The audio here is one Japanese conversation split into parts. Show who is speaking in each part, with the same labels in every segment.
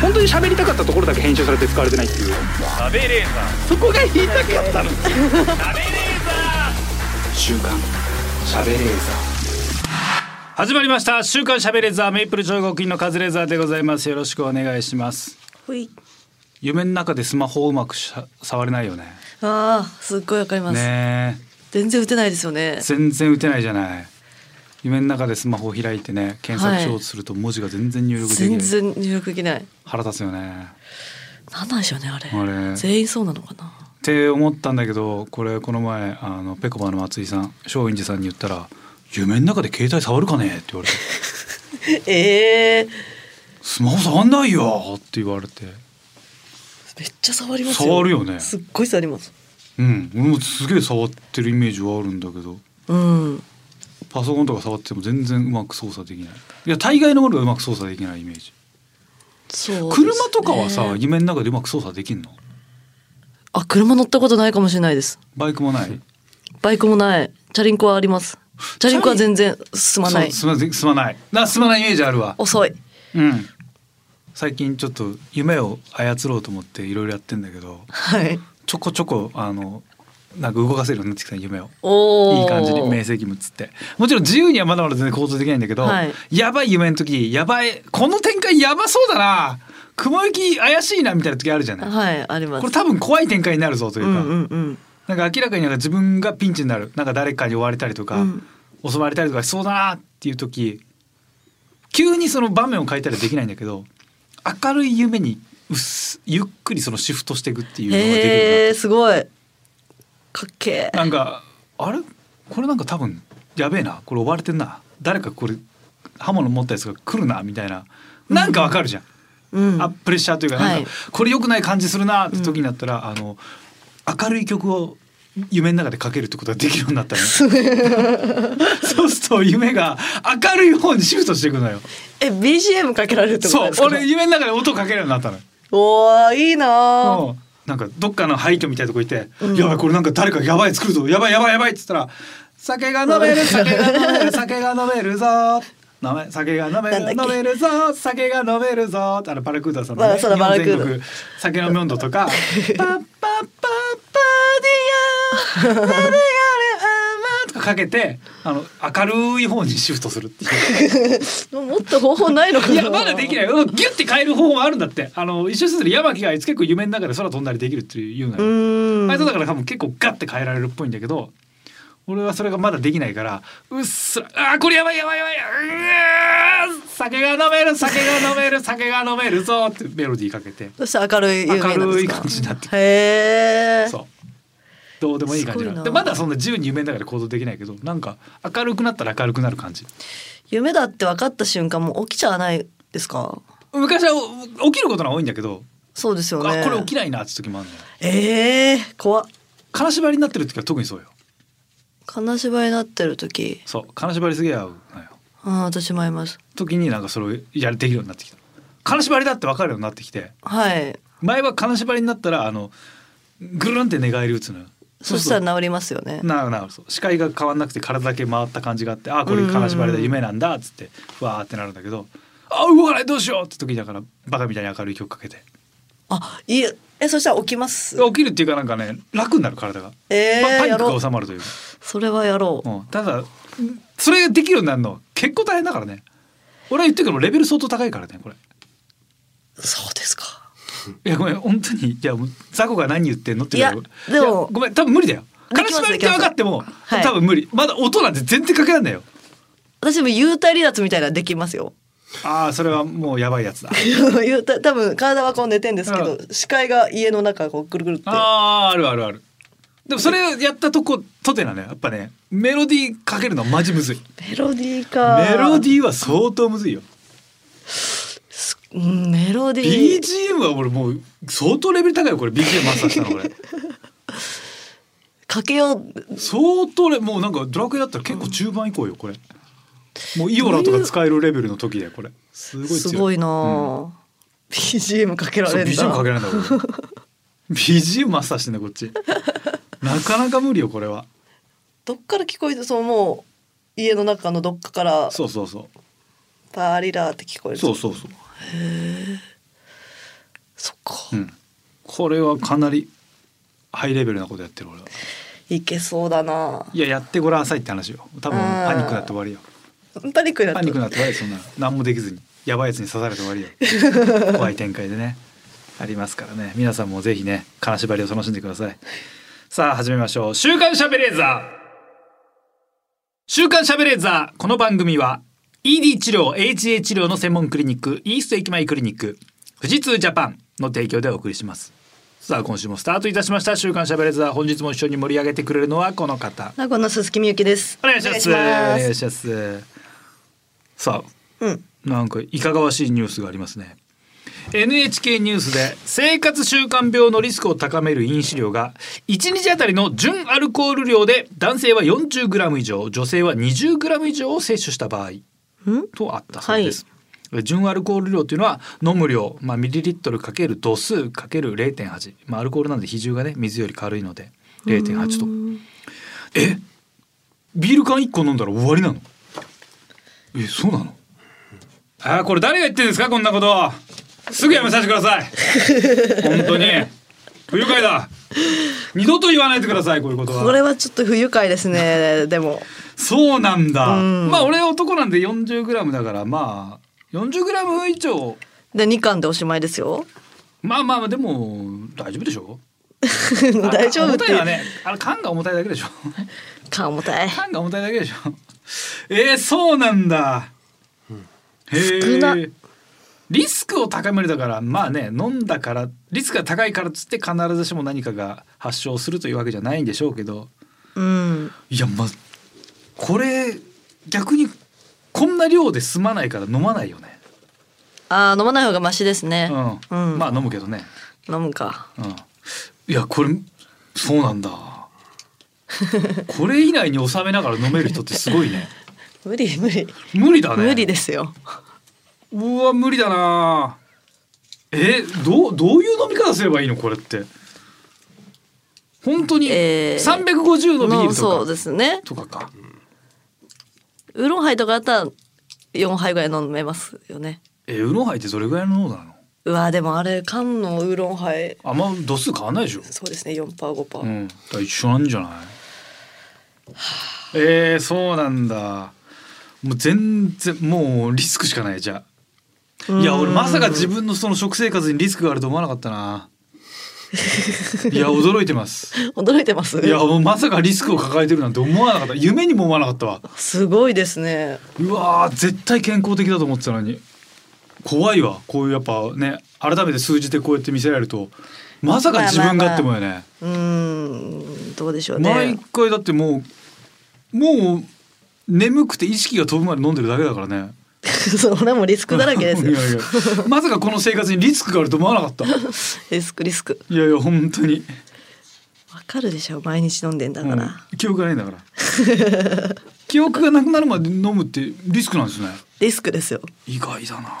Speaker 1: 本当に喋りたかったところだけ編集されて使われてないっていう
Speaker 2: 食べレーザ
Speaker 1: そこが言いたかったの
Speaker 2: ー食べレーザ
Speaker 1: 週刊喋れー
Speaker 2: ー始まりました週刊しゃべレーザーメイプル超合金のカズレーザーでございますよろしくお願いします
Speaker 3: ほい。
Speaker 2: 夢の中でスマホをうまくしゃ触れないよね
Speaker 3: ああ、すっごいわかります。
Speaker 2: ね
Speaker 3: 全然打てないですよね
Speaker 2: え。全然打てないじゃない夢の中でスマホを開いてね検索しようとすると文字が全然入力できない、
Speaker 3: 全然入力できない。
Speaker 2: 腹立つよね
Speaker 3: なんなんでしょうね、あれ。
Speaker 2: あれ
Speaker 3: 全員そうなのかな。
Speaker 2: って思ったんだけどこれこの前あのペコバの松井さん松陰寺さんに言ったら「夢の中で携帯触るかね?」って言われ て
Speaker 3: ええ
Speaker 2: 「スマホ触んないよ!」って言われて
Speaker 3: めっちゃ触りますよ。
Speaker 2: 触るよね
Speaker 3: すっごい触ります。
Speaker 2: うん俺もすげえ触ってるイメージはあるんだけど
Speaker 3: うん。
Speaker 2: パソコンとか触っても全然うまく操作できないいや大概のものがうまく操作できないイメージ、
Speaker 3: そうですね、
Speaker 2: 車とかはさ夢の中でうまく操作できんの
Speaker 3: あ、車乗ったことないかもしれないです。
Speaker 2: バイクもない
Speaker 3: バイクもない。チャリンコはあります。チャリンコは全然進まない。
Speaker 2: そうすま進まないな進まないイメージあるわ
Speaker 3: 遅い。
Speaker 2: うん最近ちょっと夢を操ろうと思っていろいろやってんだけど
Speaker 3: はい。
Speaker 2: ちょこちょこあのなんか動かせるようになってきた夢を
Speaker 3: おお。
Speaker 2: いい感じに明晰夢っつってもちろん自由にはまだまだ全然行動できないんだけど、
Speaker 3: はい
Speaker 2: やばい夢の時やばいこの展開やばそうだな雲行き怪しいなみたいな時あるじゃない、
Speaker 3: はい、あります。
Speaker 2: これ多分怖い展開になるぞといううか、
Speaker 3: んうんうん。
Speaker 2: なんか明らかになんか自分がピンチになるなんか誰かに追われたりとか、
Speaker 3: うん
Speaker 2: 襲われたりとかしそうだなっていう時急にその場面を変えたりはできないんだけど明るい夢にうっすゆっくりそのシフトしていくっていうのができるな
Speaker 3: へえ、すごい。かっけえ。
Speaker 2: なんかあれこれなんか多分やべえなこれ追われてんな誰かこれ刃物持ったやつが来るなみたいななんかわかるじゃん、
Speaker 3: うん。
Speaker 2: あプレッシャーというかなんか、
Speaker 3: はい
Speaker 2: これ良くない感じするなって時になったら、あの明るい曲を夢の中でかけるってことができるようになった の、ね、そうすると夢が明るい方にシフトしていくのよ
Speaker 3: え BGM かけられるってこと
Speaker 2: そう
Speaker 3: ですか
Speaker 2: 俺夢の中で音かけるようになったのよ
Speaker 3: おーいいなー
Speaker 2: もうなんかどっかの廃墟みたいなとこ行って「やばいこれなんか誰かやばい作るぞやばいやばいやばい」っつったら「酒が飲める酒が飲める酒が飲めるぞ」飲め酒が飲め
Speaker 3: なんだっ
Speaker 2: る
Speaker 3: け
Speaker 2: 飲めるぞ酒が飲めるぞってあのパラクーダさんの、
Speaker 3: ま
Speaker 2: ね、
Speaker 3: あ
Speaker 2: 日
Speaker 3: そうだ
Speaker 2: 本
Speaker 3: パラ
Speaker 2: 全
Speaker 3: クー
Speaker 2: 国酒飲み温度と か「パッパッパッパーディアー」「とかかけてあの明るい方にシフトするっていう
Speaker 3: もっと方法ないのか
Speaker 2: い
Speaker 3: な
Speaker 2: やまだできないいうんギュッて変える方法もあるんだってあの一周する山木があいつ結構夢の中で空飛んだりできるっていうのよ
Speaker 3: うーん
Speaker 2: あいつだから多分結構ガッて変えられるっぽいんだけど俺はそれがまだできないからうっすら「あーこれやばいやばいやばいうー酒が飲める酒が飲め る酒が飲めるぞ」ってメロディーかけて
Speaker 3: そして明るい有名なんですか
Speaker 2: 明るい感じになって
Speaker 3: へえ
Speaker 2: そうどうでもいい感じ
Speaker 3: すごい
Speaker 2: な
Speaker 3: な
Speaker 2: でまだそんな自由に夢の中で行動できないけどなんか明るくなったら明るくなる感じ
Speaker 3: 夢だって分かった瞬間もう起きちゃわないですか
Speaker 2: 昔はお起きることが多いんだけど、
Speaker 3: そうですよね
Speaker 2: あこれ起きないなって時もあるのよ
Speaker 3: ええー、怖っ
Speaker 2: 金縛りになってる時は特にそうよ
Speaker 3: 金縛りになってる時
Speaker 2: そう金縛りすげえ合うのよ
Speaker 3: あー私もいます
Speaker 2: 時になんかそれをやるできるようになってきた金縛りだって分かるようになってきて
Speaker 3: はい
Speaker 2: 前は金縛りになったらあのぐるんって寝返り打つのよ
Speaker 3: そした
Speaker 2: う
Speaker 3: ら治りますよね
Speaker 2: なるなるそう視界が変わんなくて体だけ回った感じがあってあーこれ金縛り
Speaker 3: うんうん
Speaker 2: だ
Speaker 3: うん
Speaker 2: 夢なんだっつってふわーってなるんだけどあー動かないどうしようって時だからバカみたいに明るい曲かけて
Speaker 3: あいええそしたら起きます
Speaker 2: 起きるっていうかなんかね楽になる体が、
Speaker 3: えー
Speaker 2: パパニッ
Speaker 3: や
Speaker 2: ク
Speaker 3: ろ
Speaker 2: が
Speaker 3: う
Speaker 2: 収まるというか
Speaker 3: それはやろう
Speaker 2: うん、ただそれができるようになるの結構大変だからね俺は言ってるけどレベル相当高いからねこれ
Speaker 3: そうですか
Speaker 2: いやごめん本当にいやもう雑魚が何言ってんのって
Speaker 3: いや
Speaker 2: ぐら
Speaker 3: でも
Speaker 2: いやごめん多分無理だよ
Speaker 3: でき
Speaker 2: 金
Speaker 3: ます
Speaker 2: 縛りって分かっても
Speaker 3: できますはい
Speaker 2: 多分無理まだ音なんて全然かけらんないよ
Speaker 3: 私でも幽体離脱みたいなのできますよ
Speaker 2: ああそれはもうやばいやつだ
Speaker 3: 言 うた多分体はこう寝てんですけど、
Speaker 2: う
Speaker 3: 視界が家の中こうぐるぐるって
Speaker 2: あーあるあるあるでもそれをやったとことてなねやっぱねメロディーかけるのはマジむずい
Speaker 3: メロディーか
Speaker 2: メロデ
Speaker 3: ィ
Speaker 2: ィーは相当むずいよ
Speaker 3: ーメロディー
Speaker 2: BGM は俺もう相当レベル高いよこれ BGM マスターしたのこれ
Speaker 3: かけよう
Speaker 2: 相当ねもうなんかドラクエだったら結構中盤以降よこれもうイオラとか使えるレベルの時だよこれすごい強い
Speaker 3: すごいな
Speaker 2: うん
Speaker 3: あ、BGM かけら
Speaker 2: そう
Speaker 3: れる
Speaker 2: BGM かけられんだこれ BGM マスターしてんだこっちなかなか無理よこれは
Speaker 3: どっから聞こえてそうもう家の中のどっかから
Speaker 2: そうそうそ
Speaker 3: パーリラーって聞こえ
Speaker 2: う
Speaker 3: る
Speaker 2: そうそうそう
Speaker 3: そっか、
Speaker 2: うん、これはかなりハイレベルなことやってる俺はい
Speaker 3: けそうだない
Speaker 2: ややってごらんなさいって話よ多分
Speaker 3: うん
Speaker 2: パニックになって終わりよ
Speaker 3: パニックにな
Speaker 2: パ
Speaker 3: っ
Speaker 2: ニック
Speaker 3: た
Speaker 2: になって終わりよそんなの何もできずにやばいやつに刺されて終わりよ 怖い展開でねありますからね皆さんもぜひね金縛りを楽しんでくださいさあ始めましょう「週刊しゃべれーザー」週刊しゃべれーザーこの番組は ED 治療 HA 治療の専門クリニックイースト駅前クリニック富士通ジャパンの提供でお送りしますさあ今週もスタートいたしました週刊しゃべれーザー本日も一緒に盛り上げてくれるのはこの方
Speaker 3: 名古の鈴木みゆきです
Speaker 2: お願いします
Speaker 3: お
Speaker 2: お
Speaker 3: 願いし
Speaker 2: 願
Speaker 3: ま
Speaker 2: いしますさあ
Speaker 3: すうん
Speaker 2: なんかいかがわしいニュースがありますね NHK ニュースで生活習慣病のリスクを高める飲酒量が1日あたりの純アルコール量で男性は 40g 以上女性は 20g 以上を摂取した場合
Speaker 3: うん
Speaker 2: とあったそうです、純アルコール量というのは飲む量、まあ、ミリリットルかける度数かける0.8、まあ、アルコールなんで比重がね水より軽いので0.8とえビール缶1個飲んだら終わりなのえそうなのあーこれ誰が言ってんですかこんなことすぐやめさせてください 本当に不愉快だ二度と言わないでくださいこういうことは
Speaker 3: これはちょっと不愉快ですねでも
Speaker 2: そうなんだ
Speaker 3: うん
Speaker 2: まあ俺男なんで 40g だからまあ 40g 以上
Speaker 3: で二巻でおしまいですよ
Speaker 2: まあまあまあでも大丈夫でしょ
Speaker 3: 大丈夫
Speaker 2: あ
Speaker 3: っ
Speaker 2: 重
Speaker 3: て
Speaker 2: たいはねあれ缶が重たいだけ でしょ
Speaker 3: 缶重たい
Speaker 2: 缶が重たいだけでしょえー、そうなんだ、
Speaker 3: 少な
Speaker 2: へえリスクを高めるだからまあね飲んだからリスクが高いからっつって必ずしも何かが発症するというわけじゃないんでしょうけど
Speaker 3: うん
Speaker 2: いやまあこれ逆にこんな量で済まないから飲まないよね、
Speaker 3: あー飲まない方がマシですね
Speaker 2: うん
Speaker 3: うん
Speaker 2: まあ飲むけどね、
Speaker 3: 飲むか
Speaker 2: うん、いやこれそうなん だこれ以内に収めながら飲める人ってすご いね
Speaker 3: 無理無理
Speaker 2: 無理だね
Speaker 3: 無理ですよ
Speaker 2: うわ無理だなえどうどういう飲み方すればいいのこれって本当に
Speaker 3: えー
Speaker 2: 350のビール
Speaker 3: の
Speaker 2: と
Speaker 3: そ
Speaker 2: か
Speaker 3: う、ですね
Speaker 2: とかか
Speaker 3: ウーロンハイとかだったら4杯ぐらい飲めますよね
Speaker 2: えウーロンハイってどれぐらいの濃度なの
Speaker 3: うわでもあれ缶のウーロンハイ
Speaker 2: あんま度数変わんないでしょ
Speaker 3: そうですね4パー5パー、
Speaker 2: うん、だから一緒なんじゃないえー、そうなんだもう全然もうリスクしかないじゃあいや俺まさか自分のその食生活にリスクがあると思わなかったないや驚いてます
Speaker 3: 驚いてます
Speaker 2: いやもうまさかリスクを抱えてるなんて思わなかった夢にも思わなかったわ
Speaker 3: すごいですね
Speaker 2: うわー絶対健康的だと思ってたのに怖いわこういうやっぱね改めて数字でこうやって見せられるとまさか自分がって思うよね、
Speaker 3: うーんどうでしょう
Speaker 2: 毎
Speaker 3: ね
Speaker 2: 回だってもうもう眠くて意識が飛ぶまで飲んでるだけだからね
Speaker 3: それもリスクだらけで す
Speaker 2: い
Speaker 3: よ
Speaker 2: やいやまさかこの生活にリスクがあると思わなか ったい
Speaker 3: リスクリスク
Speaker 2: やいや本当に
Speaker 3: わかるでしょ毎日飲んでんだから、
Speaker 2: うん記憶がないんだから 記憶がなくなるまで飲むってリスクなんですね
Speaker 3: リスクですよ
Speaker 2: 意外だな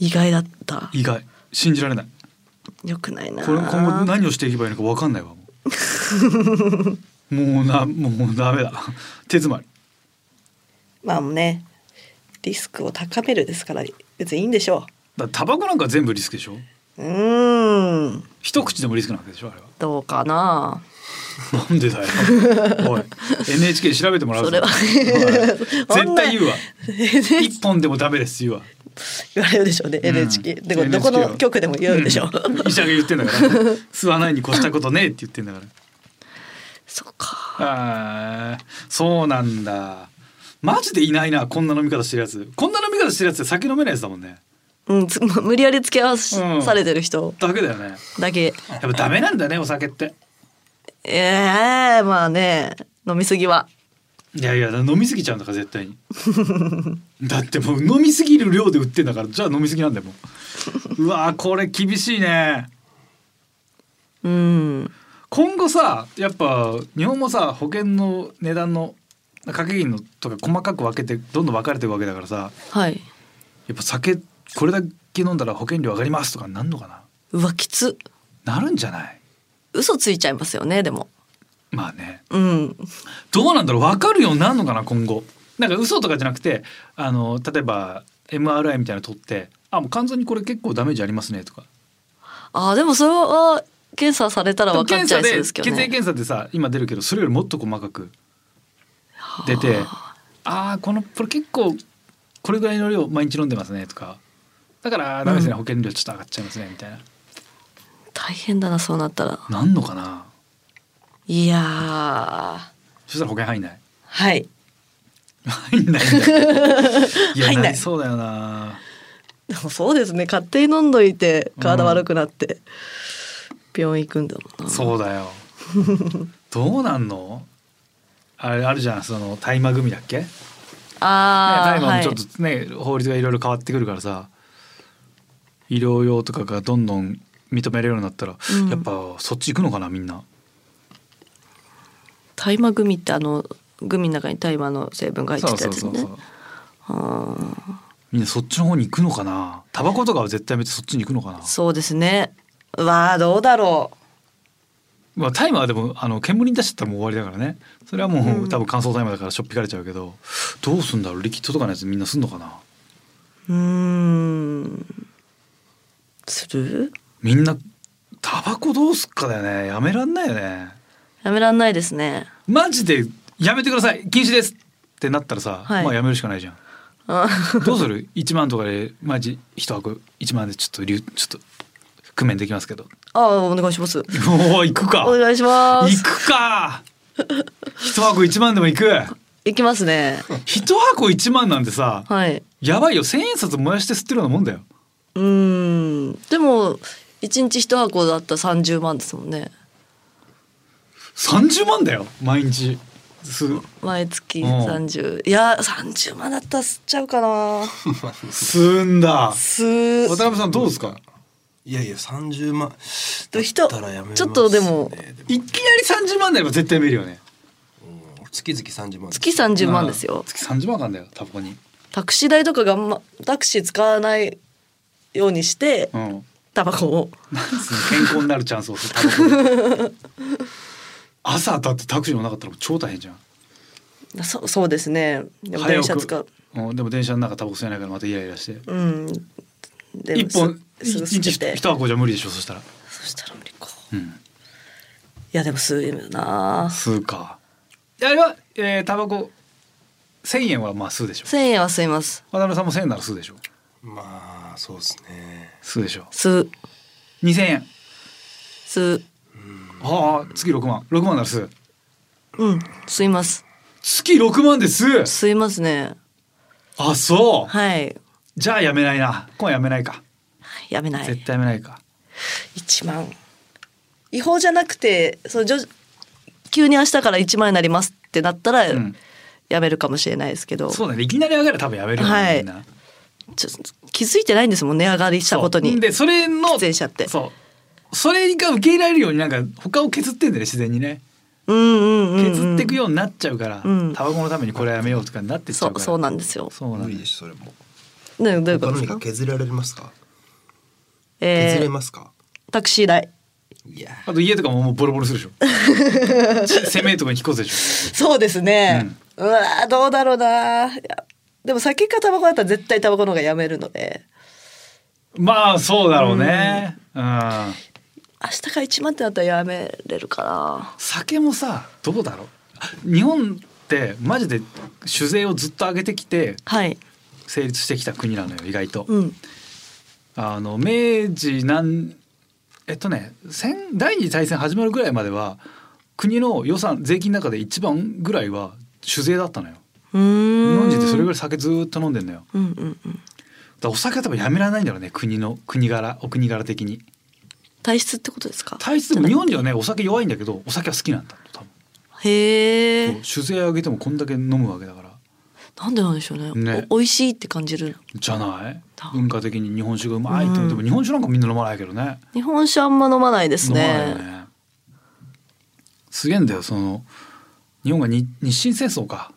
Speaker 3: 意外だった
Speaker 2: 意外信じられない
Speaker 3: よくないな
Speaker 2: これ今後何をしていけばいいのか分かんないわも うもうなもうダメだ手詰まり
Speaker 3: まあねリスクを高めるですから別にいいんでしょ
Speaker 2: だからタバコなんか全部リスクでしょ
Speaker 3: ううーん
Speaker 2: 一口でもリスクなわけでしょあれは
Speaker 3: どうかな
Speaker 2: なんでだよ。おい、NHK 調べてもらうぞ。
Speaker 3: それは
Speaker 2: はい絶対言うわ。
Speaker 3: 言
Speaker 2: 一本でもダメです言うわ。
Speaker 3: われるでしょうね
Speaker 2: ん
Speaker 3: NHK でも
Speaker 2: NHK
Speaker 3: どこの局でも言うでしょう
Speaker 2: 医者が言ってんだから、吸わないに越したことねえって言ってんだ から。
Speaker 3: そっか
Speaker 2: あーそうなんだ。マジでいないなこんな飲み方してるやつ。こんな飲み方してるやつって酒飲めないやつだもんね。
Speaker 3: うんつ 無理やり付き合わし
Speaker 2: うん
Speaker 3: されてる人
Speaker 2: だけだよね。
Speaker 3: だけ
Speaker 2: やっぱダメなんだねお酒って。
Speaker 3: ええまあね飲みすぎはい
Speaker 2: やいや飲みすぎちゃうんだから絶 対にだってもう飲みすぎる量で売ってんだからじゃあ飲みすぎなんだよもううわーこれ厳しいね
Speaker 3: うん
Speaker 2: 今後さやっぱ日本もさ保険の値段の掛け金のとか細かく分けてどんどん分かれていくわけだからさ
Speaker 3: はい
Speaker 2: やっぱ酒これだけ飲んだら保険料上がりますとかなんのか
Speaker 3: うわきつ
Speaker 2: ななるんじゃない
Speaker 3: 嘘ついちゃいますよねでも
Speaker 2: まあね
Speaker 3: うん
Speaker 2: どうなんだろう分かるようになるのかな今後なんか嘘とかじゃなくてあの例えば MRI みたいなの取ってあもう完全にこれ結構ダメージありますねとか
Speaker 3: あーでもそれは検査されたら分かっ
Speaker 2: 検
Speaker 3: ちゃ
Speaker 2: 査
Speaker 3: いそ
Speaker 2: で
Speaker 3: うで
Speaker 2: 血
Speaker 3: す
Speaker 2: 液
Speaker 3: けどね
Speaker 2: 検査でさ今出るけどそれよりもっと細かく出てあーこのこれ結構これぐらいの量毎日飲んでますねとかだからあーダメですね、
Speaker 3: うん
Speaker 2: 保険料ちょっと上がっちゃいますねみたいな
Speaker 3: 大変だなそうなったら
Speaker 2: なんのかない
Speaker 3: やー
Speaker 2: そしたら保険入んない
Speaker 4: はい
Speaker 2: 入んないんだいや
Speaker 4: 入んない
Speaker 2: りそうだよな
Speaker 3: でもそうですね勝手に飲んどいて体悪くなって、病院行くんだもんな
Speaker 2: そうだよどうなんのあれあるじゃんその大麻組だっけね
Speaker 3: あ
Speaker 2: 大
Speaker 3: ー、
Speaker 2: 麻も
Speaker 3: はい
Speaker 2: ちょっとね、法律がいろいろ変わってくるからさ医療用とかがどんどん認めれるようになったら、
Speaker 3: うん
Speaker 2: やっぱそっち行くのかなみんな
Speaker 3: 大麻グミってあのグミの中に大麻の成分が入ってたやつねあー
Speaker 2: みんなそっちの方に行くのかなタバコとかは絶対やめてそっちに行くのかな、
Speaker 3: そうですねうわあどうだろう
Speaker 2: まあ、タイマーはでもあの煙に出しちゃったらもう終わりだからねそれはもう、
Speaker 3: うん
Speaker 2: 多分乾燥タイマーだからしょっぴかれちゃうけどどうすんだろうリキッドとかのやつみんなすんのかな
Speaker 3: うーんする
Speaker 2: みんなタバコどうすっかだよねやめらんないよね
Speaker 3: やめらんないですね
Speaker 2: マジでやめてください禁止ですってなったらさ、
Speaker 3: はい
Speaker 2: まあやめるしかないじゃん
Speaker 3: あ
Speaker 2: どうする1万とかでマジ1箱1万でちょっと流ちょっと工面できますけど
Speaker 3: あお願いします
Speaker 2: おお行くか
Speaker 3: お願いしま
Speaker 2: 行
Speaker 3: す
Speaker 2: くか1箱1万でも行く
Speaker 3: 行きますね
Speaker 2: 1箱1万なんてさ
Speaker 3: はい
Speaker 2: やばいよ千円札燃やして吸ってるようなもんだよ
Speaker 3: うーんでも一日一箱だったら30万ですもんね
Speaker 2: 30万だよ毎日吸う
Speaker 3: 毎月
Speaker 2: うん
Speaker 3: 30いや30万だったら吸っちゃうかな
Speaker 2: 吸うんだ
Speaker 3: 吸
Speaker 5: 渡
Speaker 3: う
Speaker 5: 辺さんどうですか
Speaker 6: いやいや三十万
Speaker 3: と人
Speaker 6: だったらやめます
Speaker 3: ちょっとでも
Speaker 6: ね
Speaker 2: いきなり30万でれば絶対見るよね
Speaker 6: 月々三十万
Speaker 3: 月30万ですよ
Speaker 2: 月30万なんだよタバコに
Speaker 3: タクシー代とかが、ま、タクシー使わないようにして
Speaker 2: うん
Speaker 3: タバコを
Speaker 2: 健康になるチャンスをするタバコ朝だってタクシーもなかったら超大変じゃん
Speaker 3: そそうですねでも電車使う
Speaker 2: 早くうんでも電車の中タバコ吸えないからまたイライラして
Speaker 3: うんで
Speaker 2: 一本
Speaker 3: す
Speaker 2: 一
Speaker 3: すぐ吸
Speaker 2: 日
Speaker 3: って
Speaker 2: 一箱じゃ無理でしょそしたら
Speaker 3: そしたら無理か
Speaker 2: うん
Speaker 3: いやでも吸えるな
Speaker 2: 吸うかあれはえータバコ1000円はまあ吸うでしょ
Speaker 3: 1000円は吸います
Speaker 2: 渡辺さんも1000円なら吸うでしょ
Speaker 6: まあそうですね
Speaker 2: 吸うでしょ
Speaker 3: 吸う
Speaker 2: 2000円
Speaker 3: 吸う
Speaker 2: ああ月6万6万なら吸う
Speaker 3: うん吸います
Speaker 2: 月6万で吸う
Speaker 3: 吸いますね
Speaker 2: あそう、
Speaker 3: はい
Speaker 2: じゃあやめないな今夜やめないか、
Speaker 3: やめない
Speaker 2: 絶対やめないか
Speaker 4: 1万
Speaker 3: 違法じゃなくてそのじょ急に明日から1万円になりますってなったら、
Speaker 2: うん
Speaker 3: やめるかもしれないですけど
Speaker 2: そうだねいきなり上がれば多分やめるよね、
Speaker 3: はい
Speaker 2: みんな
Speaker 3: ちょ気づいてないんですもん値上がりしたこと
Speaker 2: そう
Speaker 3: に
Speaker 2: でそれの
Speaker 3: 出演者って
Speaker 2: そうそれが受け入れられるようになんか他を削ってんだよね自然にね
Speaker 3: うんうんうん、うん、
Speaker 2: 削っていくようになっちゃうから、
Speaker 3: うん
Speaker 2: タバコのためにこれやめようとかになってっちゃ
Speaker 3: そうう
Speaker 2: から
Speaker 3: そうなんですよ
Speaker 2: そうなんだ
Speaker 6: 無理でしょそれも
Speaker 3: ねどういうこと
Speaker 6: 他の
Speaker 3: です
Speaker 6: に
Speaker 3: か、
Speaker 6: 削られますか
Speaker 3: え
Speaker 6: 削れ
Speaker 3: ー、
Speaker 6: ますか
Speaker 3: タクシー代
Speaker 6: いや
Speaker 2: あと家とかももうボロボロするでし ょち狭いとこに引っ越すでし
Speaker 4: そうですね、うわーどうだろうないやでも酒かタバコだったら絶対タバコの方がやめるので
Speaker 2: ょまあそうだろうねうん、
Speaker 3: 明日から1万ってなったらやめれるかな
Speaker 2: 酒もさどうだろう日本ってマジで酒税をずっと上げてきて
Speaker 3: はい
Speaker 2: 成立してきた国なのよ意外と、
Speaker 3: うん
Speaker 2: あの明治なんえっとね戦第二次大戦始まるぐらいまでは国の予算税金の中で一番ぐらいは酒税だったのよ
Speaker 3: うーん
Speaker 2: 日本人ってそれぐら
Speaker 3: い
Speaker 2: い酒ずーっと飲んでんのよだか
Speaker 3: うんうんうん
Speaker 2: らお酒は多分やめられないんだろうね国の国柄お国柄的に
Speaker 3: 体質ってことですか
Speaker 2: 体質でも日本人はねお酒弱いんだけどお酒は好きなんだ多分
Speaker 3: へ
Speaker 2: そ
Speaker 3: え
Speaker 2: う酒税上げてもこんだけ飲むわけだから
Speaker 3: なんでなんでしょうね
Speaker 2: ね
Speaker 3: お美味しいって感じる
Speaker 2: じゃない
Speaker 3: だ
Speaker 2: 文化的に日本酒がうまいって言っても
Speaker 3: う
Speaker 2: 日本酒なんかみんな飲まないけどね
Speaker 3: 日本酒あんま飲まないですね
Speaker 2: 飲まないよねすげえんだよその日本がに日清戦争か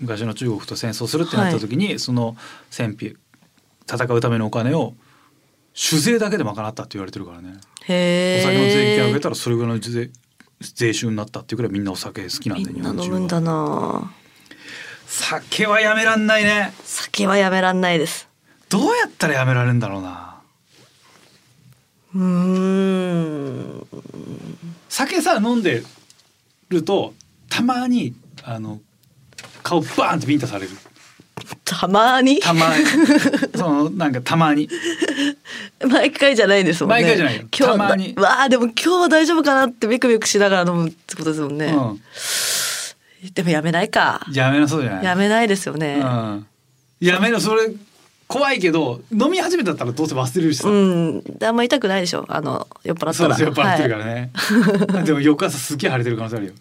Speaker 2: 昔の中国と戦争するってなった時に、その戦費戦うためのお金を酒税だけで賄ったって言われてるからね、お
Speaker 3: へえ
Speaker 2: 酒の税金上げたらそれぐらいの税税収になったっていうくらいみんなお酒好きなんで
Speaker 3: みんな飲
Speaker 2: 日
Speaker 3: むん
Speaker 2: 本人
Speaker 3: だ
Speaker 2: は
Speaker 3: な
Speaker 2: 酒はやめらんないね
Speaker 3: 酒はやめらんないです
Speaker 2: ったらやめられるんだろうな
Speaker 3: うーん。
Speaker 2: 酒さ飲んでるとたまにあの顔バーンってビンタされる
Speaker 3: たまに
Speaker 2: た まにそのなんかたまに
Speaker 3: 毎回じゃないですもんね。
Speaker 2: 毎回じゃないよ
Speaker 3: 今
Speaker 2: た
Speaker 3: 日
Speaker 2: まに
Speaker 3: だわあでも今日は大丈夫かなってビクビクしながら飲むってことですもんね。
Speaker 2: う
Speaker 3: でもやめないか
Speaker 2: ん、。やめなそうじゃない
Speaker 3: やめないですよね。
Speaker 2: うん、やめろそれ怖いけど飲み始めたったらどうせ忘れるしさ、
Speaker 3: うん。であんま痛くないでしょ。あの酔っ払った
Speaker 2: そう
Speaker 3: ら。
Speaker 2: ですよ酔っ払ってるから
Speaker 3: は
Speaker 2: ね、 でも翌朝すっげえ腫れてる可能性あるよ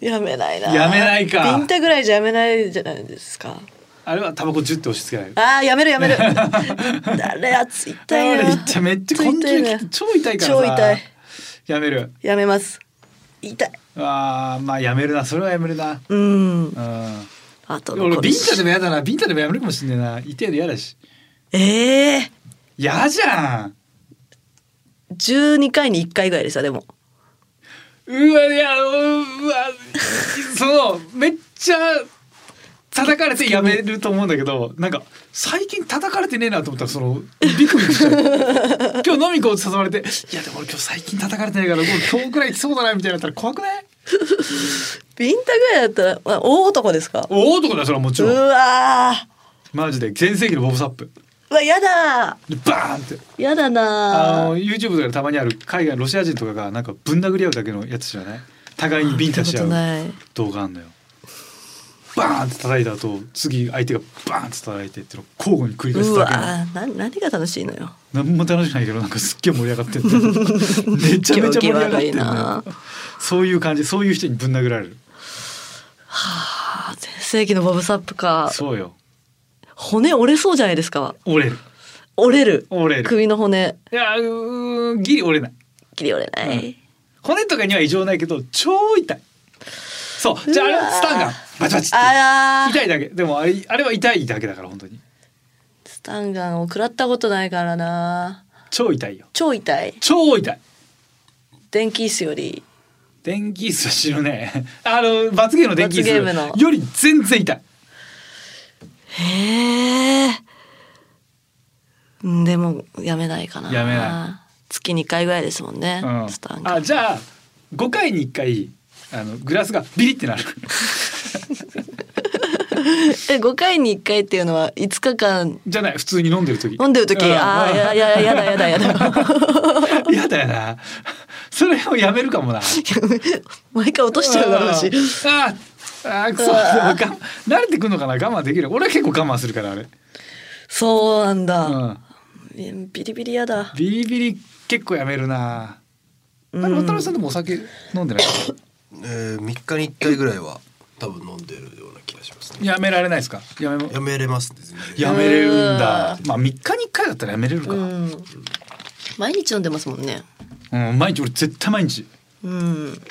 Speaker 3: いやめないな。
Speaker 2: やめないか
Speaker 3: ビンタぐらいじゃやめないじゃないですか。
Speaker 2: あれはタバコ10って押し付けられる
Speaker 3: ああやめる やめる。あれ熱い痛い
Speaker 2: あ
Speaker 3: な。
Speaker 2: れ痛いめっちゃ根
Speaker 3: 痛い
Speaker 2: 気
Speaker 3: ね
Speaker 2: が超痛いからさ
Speaker 3: 超痛い。
Speaker 2: やめる
Speaker 3: やめます。痛い。
Speaker 2: あーまあやめるなそれはやめるな
Speaker 3: うん。
Speaker 2: うん
Speaker 3: あとの
Speaker 2: 俺ビンタで
Speaker 3: で。
Speaker 2: も嫌だなビンタでもやめるかもしんねえな痛いの嫌だし
Speaker 3: ええ
Speaker 2: 嫌じゃん
Speaker 3: 十二回に一回ぐらいでしたでも。
Speaker 2: うわいやうわそのめっちゃ叩かれてやめると思うんだけどなんか最近叩かれてねえなと思ったらそのビクビクしちゃう 今日飲み行こうって誘われて「いやでも俺今日最近叩かれてないからもう今日くらい来そうだな」みたいになったら怖くない
Speaker 3: ビンタぐらいだったら、まあ、大男ですか。
Speaker 2: お男だよそれはもち
Speaker 3: う
Speaker 2: ろん
Speaker 3: わー
Speaker 2: マジで全盛期のボブサップ
Speaker 3: うわやだ
Speaker 2: でバーンって
Speaker 3: ーやだ
Speaker 2: あ
Speaker 3: な
Speaker 2: の
Speaker 3: ー
Speaker 2: YouTube とかでたまにある海外のロシア人とかがなんかぶん殴り合うだけのやつじゃない互いにビンタし合
Speaker 3: あ
Speaker 2: う
Speaker 3: 見たことない
Speaker 2: 動画あんのよバーンって叩いた後次相手がバーンって叩いてっていうのを交互に繰り返す
Speaker 3: う
Speaker 2: だ
Speaker 3: わ
Speaker 2: けなの
Speaker 3: ーな何が楽しいのよ
Speaker 2: 何も楽しくないけどなんかすっげえ盛り上がってん のめちゃめちゃ盛り上がってん
Speaker 3: 行儀
Speaker 2: の
Speaker 3: 悪
Speaker 2: よそういう感じそういう人にぶん殴られる
Speaker 3: あ全盛期のボブサップか
Speaker 2: そうよ
Speaker 3: 骨折れそうじゃないですか
Speaker 2: 折れる
Speaker 3: 折れる
Speaker 2: 折れる
Speaker 3: 首の骨
Speaker 2: いやうーんギリ折れない
Speaker 3: 切り折れない、
Speaker 2: うん骨とかには異常ないけど超痛いそうじゃああれ
Speaker 3: うわー
Speaker 2: スタンガンバチバチって
Speaker 3: あら
Speaker 2: 痛いだけでもあれあれは痛いだけだから本当に
Speaker 3: スタンガンを食らったことないからな
Speaker 2: 超痛いよ
Speaker 3: 超痛い
Speaker 2: 超痛い
Speaker 3: 電気椅子より
Speaker 2: 電気椅子は知るね あの罰ゲームの電気椅
Speaker 3: 罰ゲームの
Speaker 2: 子より全然痛い
Speaker 3: へえでもやめないかな
Speaker 2: やめな
Speaker 3: 月2回ぐらいですもんね、
Speaker 2: うん
Speaker 3: スタンガ
Speaker 2: あ
Speaker 3: ン
Speaker 2: じゃあ5回に1回あのグラスがビリってなる
Speaker 3: え5回に1回っていうのは5日間
Speaker 2: じゃない普通に飲んでる時
Speaker 3: 飲んでる時、
Speaker 2: う
Speaker 3: ああ
Speaker 2: うん
Speaker 3: やややだやだやだ
Speaker 2: やだよなそれをやめるかもな
Speaker 3: 毎回落としちゃうだろうし
Speaker 2: あーあーくそ我慢 慣れてくんのかな我慢できる俺は結構我慢するからあれ、
Speaker 3: そうなんだ、
Speaker 2: うん、
Speaker 3: えビリビリやだ
Speaker 2: ビリビリ結構やめるなあれ渡辺さんでもお酒飲ん でない
Speaker 6: えー、三日に一回ぐらいは多分飲んでるような気がしますね。
Speaker 2: やめられないですかやめも
Speaker 6: やめれますね全然。
Speaker 2: やめれるんだまあ3日に1回だったらやめれるか、
Speaker 3: う
Speaker 2: うん
Speaker 3: ん毎日飲んでますもんね
Speaker 2: 毎日俺絶対毎日
Speaker 3: うん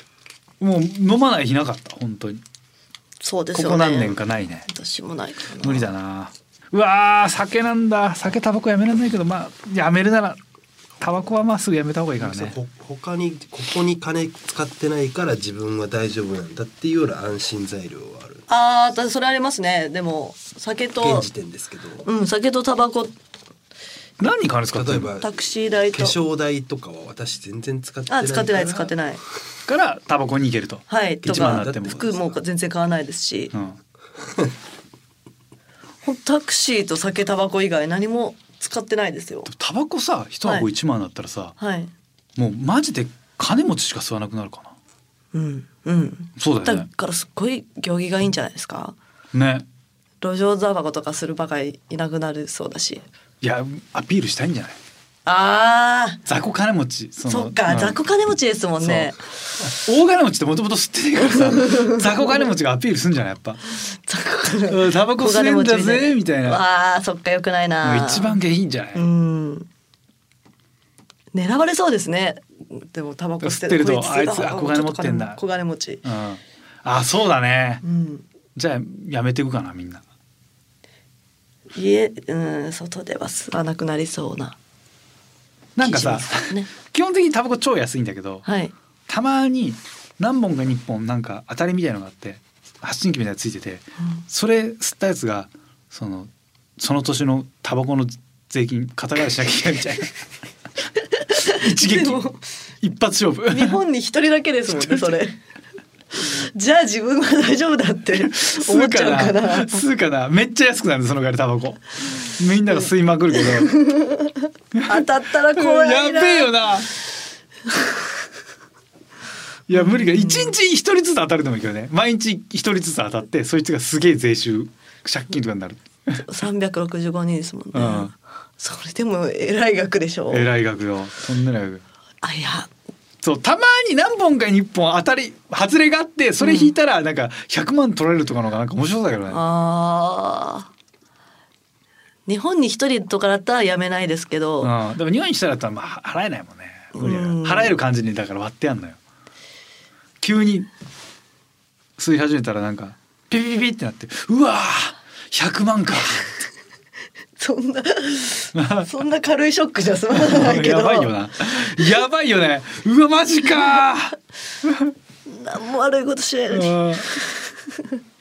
Speaker 2: もう飲まない日なかった本当に、
Speaker 3: そうです
Speaker 2: こ
Speaker 3: よね
Speaker 2: こ何年かないね
Speaker 3: 私もないからな
Speaker 2: 無理だなうわー酒なんだ酒タバコやめられないけどまあやめるならタバコはまあすぐやめた方がいいからね
Speaker 6: ほ他にここに金使ってないから自分は大丈夫なんだっていうような安心材料はある
Speaker 3: ああそれありますねでも酒と
Speaker 6: 現時点ですけど
Speaker 3: うん酒とタバコ
Speaker 2: 何に金使って
Speaker 6: 例え
Speaker 2: んの
Speaker 6: ば
Speaker 3: タ
Speaker 6: 化
Speaker 3: クシー代と
Speaker 6: 粧代とかは私全然使ってない
Speaker 3: あ使ってない使って
Speaker 6: い
Speaker 3: ない
Speaker 2: からタバコに行けると、
Speaker 3: はいと
Speaker 2: 一番
Speaker 3: か
Speaker 2: だっても
Speaker 3: 服も全然買わないですし
Speaker 2: うん、
Speaker 3: ほんとタクシーと酒タバコ以外何も使ってないですよ
Speaker 2: タバコさ一箱1万だったらさ、
Speaker 3: はい
Speaker 2: もうマジで金持ちしか吸わなくなるかな
Speaker 3: うんうん
Speaker 2: そうだよ
Speaker 3: だ
Speaker 2: ね
Speaker 3: からすっごい行儀がいいんじゃないですか
Speaker 2: ね
Speaker 3: 路上タバコとかするばかりいなくなるそうだし
Speaker 2: いやアピールしたいんじゃない
Speaker 3: あー
Speaker 2: 雑魚金持ちその
Speaker 3: そっか、
Speaker 2: うん
Speaker 3: 雑魚金持ちですもんね
Speaker 2: 大金持ちってもともと吸ってねえ からさ雑魚金持ちがアピールすんじゃないやっぱ
Speaker 3: 雑魚
Speaker 2: うんタバコ吸えんだぜみたいな
Speaker 3: わあそっかよくないな
Speaker 2: 一番下品じゃない、
Speaker 3: うん狙われそうですねでもタバコ吸って
Speaker 2: 吸ってると
Speaker 3: こ
Speaker 2: あいつ
Speaker 3: タバコ
Speaker 2: 憧れ持ってんだ
Speaker 3: ちょっと金憧れ持ち
Speaker 2: うん、あそうだね
Speaker 3: うん
Speaker 2: じゃあやめていくかなみんな
Speaker 3: 家うん外では吸わなくなりそうな
Speaker 2: なんかさ
Speaker 3: 気しま すね
Speaker 2: 基本的にタバコ超安いんだけど
Speaker 3: はい
Speaker 2: たまに何本か1本なんか当たりみたいのがあって発信機みたいなのついててそれ吸ったやつがそのその年のタタバコの税金肩代わりしなきゃいけないみたい な一撃
Speaker 3: でも
Speaker 2: 一発勝 負
Speaker 3: 日本に一人だけですもんねそれじゃあ自分は大丈夫だって思っちゃうから
Speaker 2: 吸うかなめっちゃ安くなるその代わりタバコみんなが吸いまくるけど
Speaker 3: 当たったら怖いな
Speaker 2: やべえよないや無理か一日一人ずつ当たるのもいいけどね毎日一人ずつ当たってそいつがすげえ税収借金とかになる
Speaker 3: 365人ですもんね、
Speaker 2: うん
Speaker 3: それでもえらい額でしょ
Speaker 2: えらい額よとんでもない額
Speaker 3: あいや
Speaker 2: そうたまに何本かに1本当たり外れがあってそれ引いたらなんか100万取られるとかの方がなんか面白そうだけどね
Speaker 3: あー日本に一人とかだったらやめないですけど、
Speaker 2: うん、でも日本にしたらだったらまあ払えないもんね無理や
Speaker 3: うん
Speaker 2: 払える感じにだから割ってやんのよ急に吸い始めたらなんかピピピピってなってうわー100万か
Speaker 3: そん なそんな軽いショックじゃ済まないけど
Speaker 2: やばいよなやばいよねうわマジかー
Speaker 3: 何も悪いことしないのに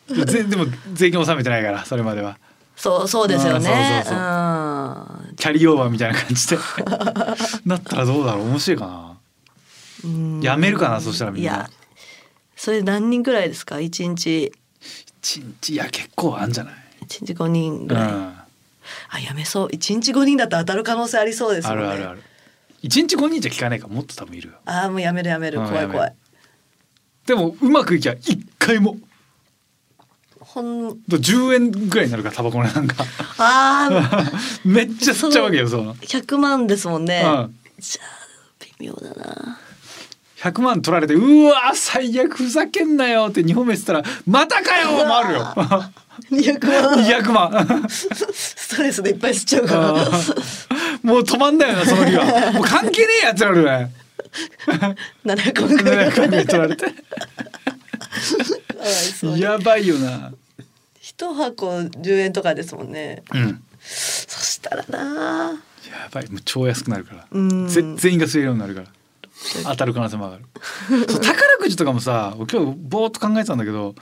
Speaker 2: うんぜでも税金納めてないからそれまでは
Speaker 3: そうそうですよね
Speaker 2: キャリーオーバーみたいな感じ でなったらどうだろう面白いかな
Speaker 3: うんうん
Speaker 2: やめるかなそしたらみん
Speaker 3: いや
Speaker 2: な
Speaker 3: それ何人ぐらいですか一日
Speaker 2: 一日いや結構あんじゃない
Speaker 3: 一日五人
Speaker 2: う
Speaker 3: ぐ
Speaker 2: ん
Speaker 3: らい、
Speaker 2: あ
Speaker 3: あやめそう一日五人だと当たる可能性ありそうですよね
Speaker 2: るあるある一日5人じゃ聞かないからもっと多分いるよ
Speaker 3: あーもうやめるやめる
Speaker 2: うん
Speaker 3: 怖
Speaker 2: や
Speaker 3: い
Speaker 2: める
Speaker 3: 怖い
Speaker 2: でもうまくいきゃ一回も
Speaker 3: ほん
Speaker 2: 10円ぐらいになるからタバコのなんか
Speaker 3: あ
Speaker 2: めっちゃ吸っちゃうわけよその
Speaker 3: ー100万ですもんね、
Speaker 2: うん
Speaker 3: じゃあ微妙だな
Speaker 2: 100万取られてうわ最悪ふざけんなよって2本目したらまたかよもあるよ
Speaker 3: 200万
Speaker 2: 200万
Speaker 3: ストレスでいっぱい吸っちゃうから
Speaker 2: もう止まんだよなその日はもう関係ねえやつらるね
Speaker 3: 700万ぐらい
Speaker 2: 700万で取られて
Speaker 3: かわいそう
Speaker 2: やばいよな
Speaker 3: 一箱10円とかですもんね
Speaker 2: うん
Speaker 3: そしたらな
Speaker 2: やばいもう超安くなるから
Speaker 3: うん
Speaker 2: ぜ全員が吸えるようになるから当たる可能性も上がるそう宝くじとかもさ俺今日ぼーっと考えてたんだけど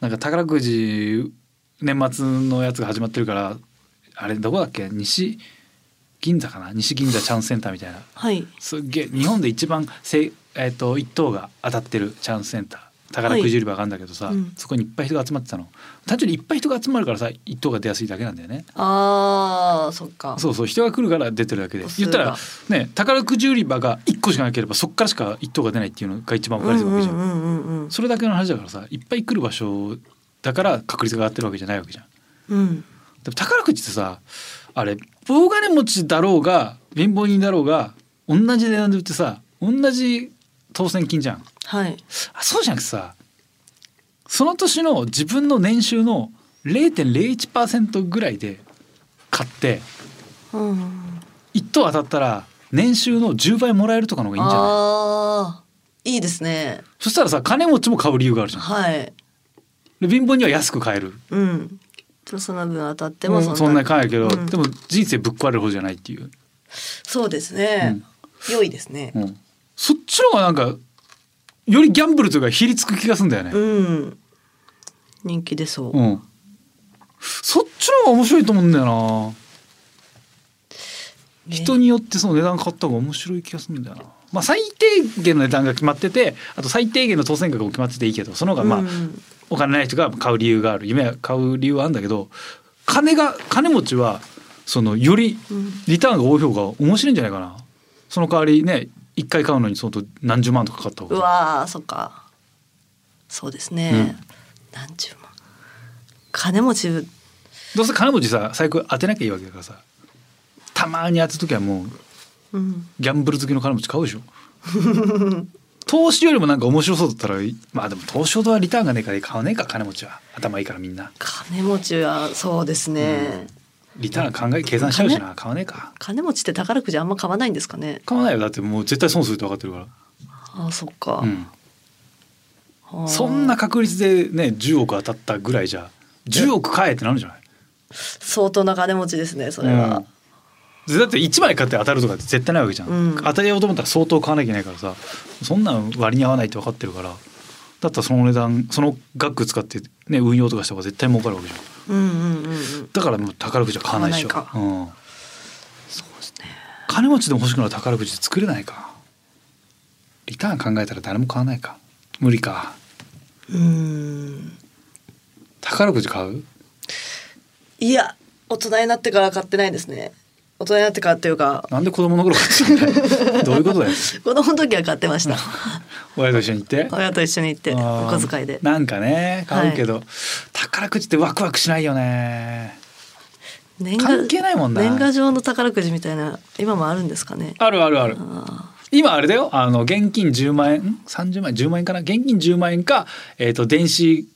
Speaker 2: なんか宝くじ年末のやつが始まってるからあれどこだっけ西銀座かな西銀座チャンスセンターみたいな
Speaker 3: はい
Speaker 2: すっげえ日本で一番せ、えっと一等が当たってるチャンスセンター宝くじ売り場があるんだけどさ、
Speaker 3: はいうん
Speaker 2: そこにいっぱい人が集まってたの単純にいっぱい人が集まるからさ一等が出やすいだけなんだよね
Speaker 3: あーそっか
Speaker 2: そうそう人が来るから出てるだけで
Speaker 3: 個数
Speaker 2: 言
Speaker 3: が
Speaker 2: ったらね宝くじ売り場が1個しかなければそっからしか1等が出ないっていうのが一番分かりやすいわけじゃん,、
Speaker 3: うんうんうんうん
Speaker 2: それだけの話だからさいっぱい来る場所だから確率が上がってるわけじゃないわけじゃん
Speaker 3: うん
Speaker 2: でも宝くじってさあれ大金持ちだろうが貧乏人だろうが同じ値段で売ってさ同じ当選金じゃん
Speaker 3: はい
Speaker 2: あそうじゃなくてさその年の自分の年収の0.01%ぐらいで買って
Speaker 3: うんうん
Speaker 2: 一等当たったら年収の10倍もらえるとかの方がいいんじゃない
Speaker 3: あーいいですね
Speaker 2: そしたらさ金持ちも買う理由があるじゃん
Speaker 3: はい
Speaker 2: で貧乏には安く買える
Speaker 3: うんプラスな分当たっ
Speaker 2: で
Speaker 3: ても
Speaker 2: そんなに買えるけど、
Speaker 3: うん
Speaker 2: でも人生ぶっ壊れる方じゃないっていう、
Speaker 3: そうですね、良いですね
Speaker 2: うん、そっちの方がなんかよりギャンブルというかひりつく気がするんだよね、
Speaker 3: うん人気出そう、
Speaker 2: うんそっちの方が面白いと思うんだよな、
Speaker 3: ね
Speaker 2: 人によってその値段買った方が面白い気がするんだよなまあ最低限の値段が決まっててあと最低限の当選額が決まってていいけどその方がまあ、
Speaker 3: うん
Speaker 2: お金ない人が買う理由がある夢は買う理由はあるんだけど金が金持ちはそのより
Speaker 3: うん
Speaker 2: リターンが多い方が面白いんじゃないかなその代わりね一回買うのに相当何十万とかかかった方
Speaker 3: う
Speaker 2: が
Speaker 3: わーそっかそうですね、何十万金持ち
Speaker 2: どうせ金持ちさ最悪当てなきゃいいわけだからさたまに当てる時はもう
Speaker 3: うん
Speaker 2: ギャンブル好きの金持ち買うでし ょ投資よりもなんか面白そうだったらまあでも投資ほどはリターンがねえから買わねえか金持ちは頭いいからみんな
Speaker 3: 金持ちはそうですね、
Speaker 2: リターン考え計算しちゃうしな買わねえか
Speaker 3: 金持ちって宝くじあんま買わないんですかね
Speaker 2: 買わないよだってもう絶対損するって分かってるか、、
Speaker 3: あーそっから
Speaker 2: うん、
Speaker 3: あー
Speaker 2: そんな確率でね10億当たったぐらいじゃ10億買えってなるんじゃない
Speaker 3: 相当な金持ちですねそれは、
Speaker 2: うんだって1枚買って当たるとかって絶対ないわけじゃん、
Speaker 3: うん
Speaker 2: 当てようと思ったら相当買わなきゃいけないからさそんなん割に合わないって分かってるからだったらその値段その額使って、ね、運用とかした方が絶対儲かるわけじゃん
Speaker 3: うん、うんうんうん
Speaker 2: だからもう宝くじは買わないでしょ
Speaker 4: 買わないか
Speaker 2: うん、
Speaker 4: そうですね
Speaker 2: 金持ちでも欲しくなる宝くじ作れないかリターン考えたら誰も買わないか無理か
Speaker 3: うーん
Speaker 2: 宝くじ買う
Speaker 4: いや大人になってから買ってないですね大人になってからっていうか
Speaker 2: なんで子供の頃買ってたんだよどういう ことだよ
Speaker 3: 子供の時は買ってました
Speaker 2: 親と一緒に行って
Speaker 3: 親と一緒に行ってお
Speaker 2: あー
Speaker 3: 小遣いで
Speaker 2: なんかね買うけど、宝くじってワクワクしないよね
Speaker 3: 年
Speaker 2: 関係ないもんな
Speaker 3: 年賀状の宝くじみたいな今もあるんですかね
Speaker 2: あるあるある
Speaker 3: あ
Speaker 2: 今あれだよあの現金10万円ん30万円10万円かな現金10万円か、えー、と電子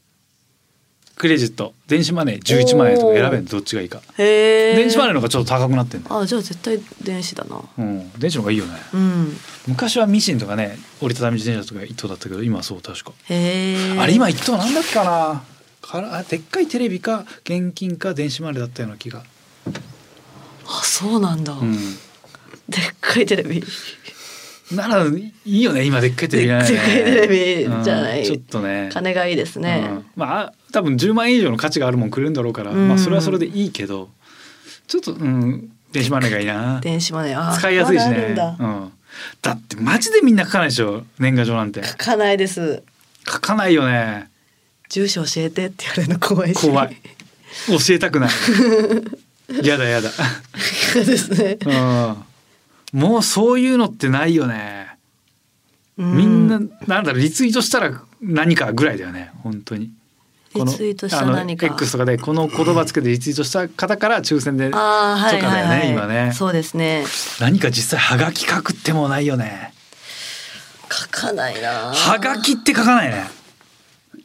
Speaker 2: クレジット電子マネー11万円とか選べんのどっちがいいか
Speaker 3: ーへえ
Speaker 2: 電子マネーの方がちょっと高くなってんだよ、
Speaker 3: あじゃあ絶対電子だな
Speaker 2: うん、電子の方がいいよね
Speaker 3: うん
Speaker 2: 昔はミシンとかね折りたたみ自転車とか一等だったけど今はそう確か、
Speaker 3: へえ
Speaker 2: あれ今一等なんだっけかなからあでっかいテレビか現金か電子マネーだったような気が、
Speaker 3: あそうなんだ、
Speaker 2: うん、
Speaker 3: でっかいテレビ
Speaker 2: ならいいよね今でっかいテレビじゃない
Speaker 3: でっかいテレビじゃない
Speaker 2: うんちょっと ね
Speaker 3: 金がいいですね、
Speaker 2: うんまあ多分10万円以上の価値があるもんくれるんだろうから、
Speaker 3: うん
Speaker 2: まあそれはそれでいいけどちょっとうん電子マネーがいいな
Speaker 3: 電子マネーあー
Speaker 2: 使いやすいし
Speaker 3: まだある
Speaker 2: ね
Speaker 3: んだ、
Speaker 2: うん、だってマジでみんな書かないでしょ年賀状なんて
Speaker 4: 書
Speaker 2: 書
Speaker 4: かないです
Speaker 2: かないよね
Speaker 3: 住所教えてって言われるの怖いし
Speaker 2: 怖い教えたくない やだやだ
Speaker 3: 嫌ですね
Speaker 2: うんもうそういうのってないよねみんななんだろうリツイートしたら何かぐらいだよね本当にこの
Speaker 3: リツイートした何か
Speaker 2: あの X とかでこの言葉つけてリツイートした方から抽選で
Speaker 3: ああは
Speaker 2: と
Speaker 3: い
Speaker 2: かだ
Speaker 3: は
Speaker 2: よ
Speaker 3: い
Speaker 2: ね
Speaker 3: はい
Speaker 2: 今ね
Speaker 3: そうですね
Speaker 2: 何か実際はがき書くってもうないよね
Speaker 3: 書かないな
Speaker 2: はがきって書かないね